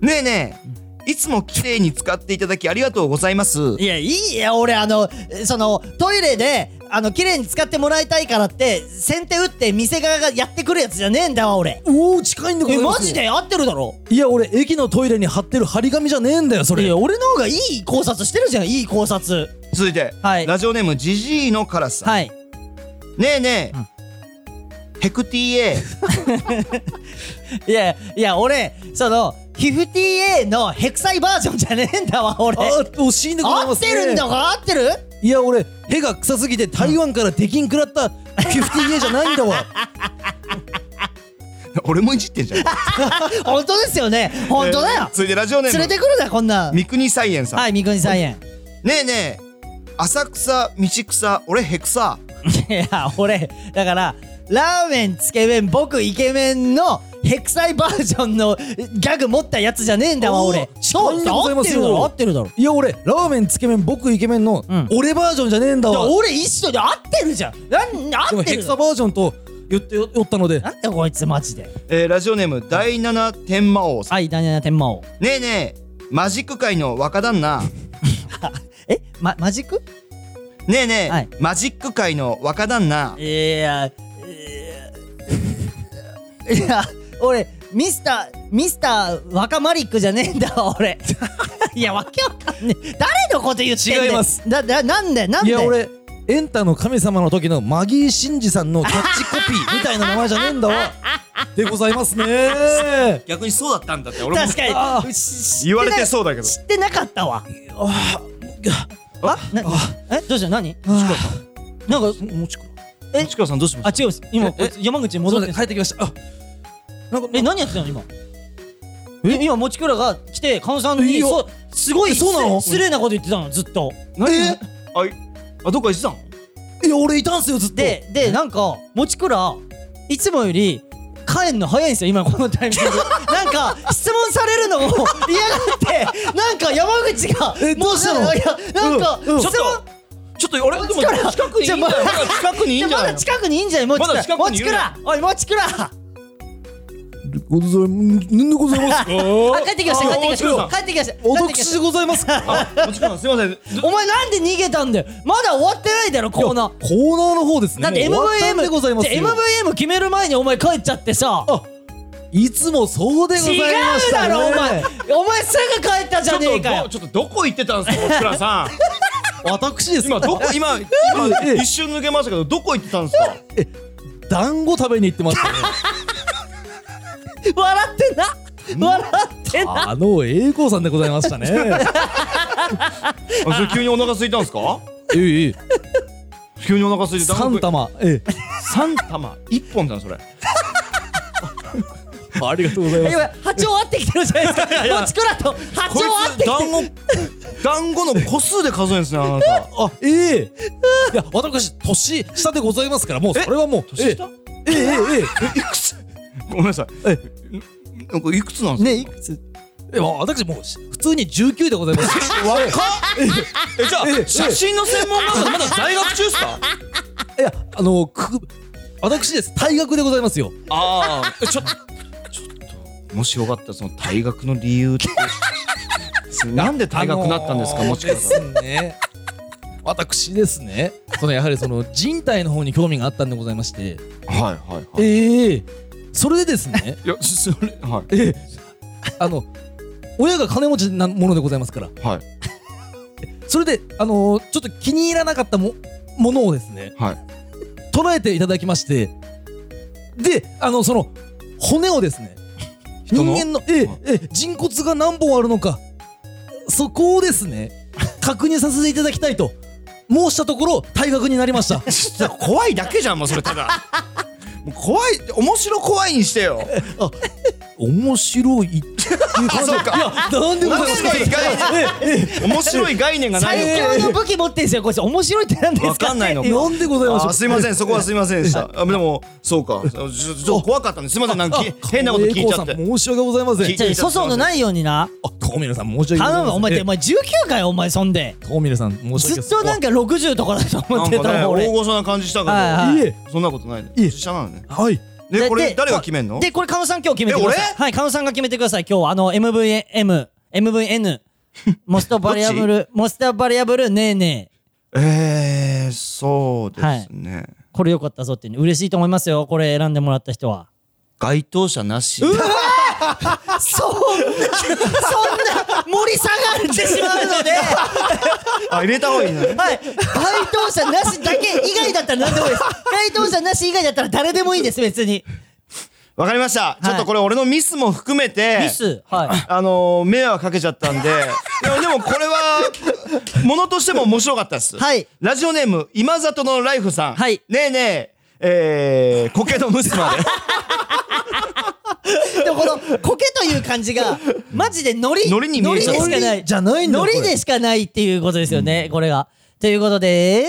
D: ねえねえ、いつも綺麗に使っていただきありがとうございます
A: いや、いいや、俺、あの、その、トイレで、あの、綺麗に使ってもらいたいからって、先手打って店側がやってくるやつじゃねえんだわ、俺。
B: おお近いんでござ
A: え、
B: います
A: マジで合ってるだろ
B: いや俺駅のトイレに貼ってる貼り紙じゃねえんだよそれ
A: いや、俺の方がいい考察してるじゃん、いい考察。
D: 続いて、
A: はい
D: ラジオネームジジイのカラスさん、
A: はい。
D: ねえねえ、ヘクティエ
A: いや、いや、俺、その、ヒフティ a のヘクサイバージョンじゃねえんだわ、俺。
B: あ惜しいんでござい
A: 合
B: ま
A: っ
B: すね
A: てるんだか合ってる
B: いや俺屁が臭すぎて台湾から出禁食らった 50A じゃないんだわ
D: 俺もいじってんじゃん
A: 本当ですよね。 本当だよ
D: えー。続いてラジオネー
A: 連れ
D: ム
A: てくるな、こんなん。
D: 三国菜園さん、
A: はい、三國さんへ。
D: ねえねえ浅草道草俺ヘクサ
A: いや俺だからラーメンつけ麺僕イケメンのヘクサイバージョンのギャグ持ったやつじゃねえんだわ俺
B: そうでござい
A: 合っ
B: ま
A: て
B: す
A: るだろ合
B: よ
A: ってるだろ
B: いや俺ラーメンつけ麺僕イケメンの
A: うん
B: 俺バージョンじゃねえんだ
A: だから
B: わ
A: 俺一緒で合ってるじゃんなん
B: で
A: 合
B: も
A: って
B: ヘク
A: る
B: サバージョンと言っておったので
A: なんだこいつマジで
D: えーラジオネーム第七天魔王さん
A: はいダニナ天魔王
D: ねえねえマジック界の若旦那
A: えまマジック
D: ねえねえ、
A: はい
D: マジック界の若旦那
A: いやいやいや俺ミスターミスター若マリックじゃねえんだわ俺いやわけわかんねえ誰のこと言ってんだよ
B: 違います
A: だだなんでなん
B: い
A: で
B: や俺エンタの神様の時のマギー・シンジさんのキャッチコピーみたいな名前じゃねえん だわでございますね
H: 逆にそうだったんだって俺も
A: 確か
B: あ
A: にし
D: 言われてそうだけど
A: 知ってなかったわあなえどうした何なんか
B: もちこ
A: え
D: ちかさんどうしま
A: あ違うです今こいつ山口に戻って
B: 帰ってきましたあなんか
A: え何やってたの今え今もちくらが来て狩野さんに
B: いいよ
A: そうすごい
B: えそうなの
A: 失礼失礼なこと言ってたのずっと
B: え
D: あいあどっか行ってたの
B: いや俺いたんすよずっと
A: ででなんかもちくらいつもより帰んの早いんですよ今このタイミングなんか質問されるのを嫌がってなんか山口がもうしたのいやなんか質問、
D: ちょっとちょっと俺でも近くにいいんじゃないまだ近くにい
A: まだ近くにいい
D: いんじゃない
A: んじゃないもうちく
D: まだ
A: ら
D: 近
A: も
D: く
A: う
D: にい
A: ち
D: る
A: くらおいもうちくら
B: ございます。なんでございますか
A: あ帰ってきました帰ってきました帰ってきました帰ってきました
B: ございます。
D: もちろんすいませんど
A: お前なんで逃げたんだよまだ終わってないだろコーナー
B: コーナーの方ですね。
A: だって
B: もう終わったん
A: MVM
B: でございます
A: じゃ
B: よ。
A: あ MVM 決める前にお前帰っちゃってさ
B: いつもそうでござい
A: 違う
B: ました、ね。
A: だろお前お前すぐ帰ったじゃねえかよ
D: ちょっとどこ行ってたんですかもちろんさん
B: 私です
D: 今
B: か
D: どこ今今一瞬抜けましたけどどこ行ってたんですか
B: 団子食べに行ってましたね。
A: 笑ってな笑ってな
B: あの栄光さんでございましたね。
D: あそれ急にお腹空いたんですか
B: ええ、
D: 急にお腹空いて
B: 三玉。ええ、
D: 三玉一本だなそれ
B: ありがとうございます。
A: 今波長合ってきてるじゃないですかもちくらと波
D: こ
A: 長合っ
D: い
A: て
D: つ
A: きて
D: 団
A: る
D: 子団子の個数で数えるんですねあなた
B: あ、ええ。いや、私年下でございますから、もうそれはもう。
D: 年下
B: ええ、ええ、ええ。
D: いくつごめんなさい
B: え
D: んなんかいくつなんですか
A: ねいくつ
B: え、まあ私もう普通に19でございます。
D: えじゃあ
B: ええ
D: 写真の専門学校でまだ在学中ですか
B: いや、あの、く、私です。退学でございますよ。
D: ああえちょちょっともしよかったらその退学の理由ってなんで退学になったんですかもちろん
B: あのーですね。私ですね。そのやはりその人体の方に興味があったんでございまして。
D: はいはいはい
B: ええそれでですね。
D: いやそれはい
B: ええあの親が金持ちなものでございますから。
D: はい
B: それであのーちょっと気に入らなかったもものをですね。
D: はい
B: 捉えていただきまして。で、あのその骨をですね。人
D: の
B: 間のええ
D: はい
B: ええ人骨が何本あるのかそこをです ね確認させていただきたいと申したところ退学になりま した。
D: だから怖いだけじゃんもうそれ ただもう怖い面白怖いにしてよ
B: 面白いっていう感じ
D: そうか
B: いやなんでございますか
D: 面白い概念面白い概念がないの
A: 最強の武器持ってんすよこいつ面白いってなんですか
D: わかんないの
B: なんでございましょ
D: あ
B: う
D: すいませんそこはすいませんでしたあでもそうかちょちょ怖かったんですいませんなんかき変なこと聞いちゃっ
B: 栄
D: て
B: 光さん申し訳ございません
D: き
A: じゃあ粗相のないようにな
B: あトーミルさん申し訳ございません
A: 頼むお前ってお前19かよお前そんで
B: トーミルさん申し訳ござ
A: ず
B: いま
A: っ
B: せん
A: となんか60とかだと思
D: な
A: っ
D: ん
A: て
D: か
A: た
D: ね
A: もん
D: 大
A: 俺
D: 御所な感じしたけど
A: はいはい
B: いえ
D: そんなことないね
B: いえ
D: 下なのね
B: はい
D: でこれ
A: で
D: 誰が決めんの
A: でこれカノさん今日決めてください
D: え俺
A: はいカノさんが決めてください今日はあの MVM MVN モストバリアブルモストバリアブルねえねえ
D: えーそうですね
A: これよかったぞっていうね嬉しいと思いますよこれ選んでもらった人は
D: 該当者なし
A: そんなそんな盛り下がってしまうので
D: あ入れた方がいいね
A: はい。回答者なしだけ以外だったら何でもいいです。回答者なし以外だったら誰でもいいです、別に。
D: わかりましたちょっとこれ俺のミスも含めて
A: ミス。はい。
D: あのー、迷惑かけちゃったんで。いや、でもこれは、ものとしても面白かったです。
A: はい
D: ラジオネーム、今里のライフさん。
A: はい
D: ねえねえ、えー、苔の娘まで。
A: でもこの、コケという感じ が、マジでノリ。
D: ノリに見えちゃった
A: ノリでしかない。
B: じゃないんだ
A: ノ
B: よ
A: リでしかないっていうことですよね、これが。ということで、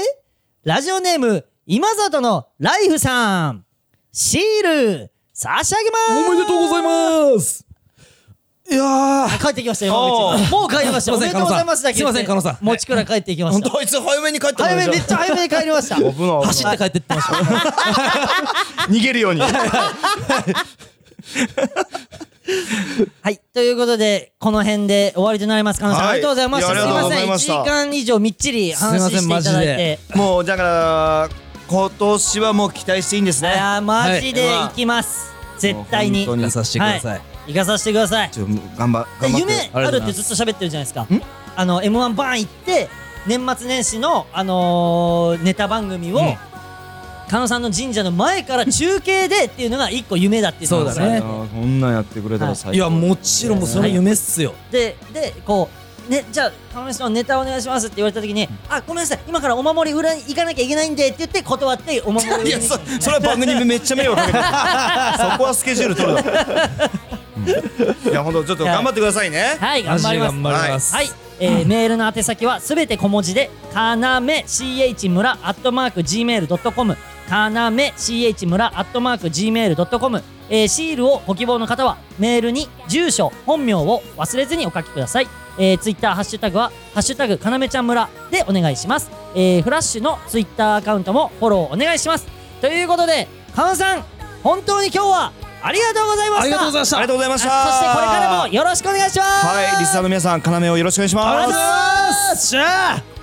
A: ラジオネーム、今里のライフさん、シール、差し上げまーす
B: おめでとうございますいやー
A: 帰ってきましたよ、山口もう帰りました。お
B: す
A: め
B: いません
A: でとうございますだけ言って
B: すいません狩野さん
A: 持ちくら帰ってきました。
D: あいつ早めに帰って
A: 早め、めっちゃ早めに帰りました。
D: 危ない
B: 走って帰ってってました
D: 逃げるように。
A: はい。ということで、この辺で終わりとなります。カノさん、
D: はい
A: ありがとうございました。
D: い
A: すい
D: やありがとう
A: ま
D: ござ
A: せ
D: い
A: ん。1
D: まし
A: 時
D: た
A: 間以上みっちり話していただいて。
D: もう、だから、今年はもう期待していいんです
A: いやー、マジで
D: はい
A: 行きます。絶対に。
D: もう本当
B: 出させてください
A: 行かさせてください。
D: ちょ、もう頑張、頑張って。
A: 夢あるってずっと喋ってるじゃないですか。あの、M1 バーン行って、年末年始の、あのー、ネタ番組を、カノさんの神社の前から中継でっていうのが一個夢だって言ってたんですよ
B: そうだね
D: あーこんなんやってくれたら最
B: い
D: 高。
B: やもちろんもうそれ夢っすよ
A: ででこうねじゃあ玉虫さんネタお願いしますって言われた時に、あごめんなさい今からお守り裏に行かなきゃいけないんでって言って断ってお守り裏に
D: いや、そ、それは番組めっちゃ迷惑かけてる。そこはスケジュール取るだろ。うんいや、ほんと、ちょっと頑張ってくださいね。
A: はい頑張ります
B: マジで頑張ります
A: はい、えーメールの宛先はすべて小文字でかなめ CH 村アットマーク Gmail.com かなめ CH 村アットマーク Gmail.com、えーシールをご希望の方はメールに住所本名を忘れずにお書きください、えー、ツイッターハッシュタグは「ハッシュタグかなめちゃん村」でお願いします、えーフラッシュのツイッターアカウントもフォローお願いしますということでカンさん本当に今日はありがとうございました
B: ありがとうございました
H: ありがとうございました
A: そしてこれからもよろしくお願いします
H: はいリスナーの皆さん要をよろしくお願いします
A: ありがとうございます
B: しゃあ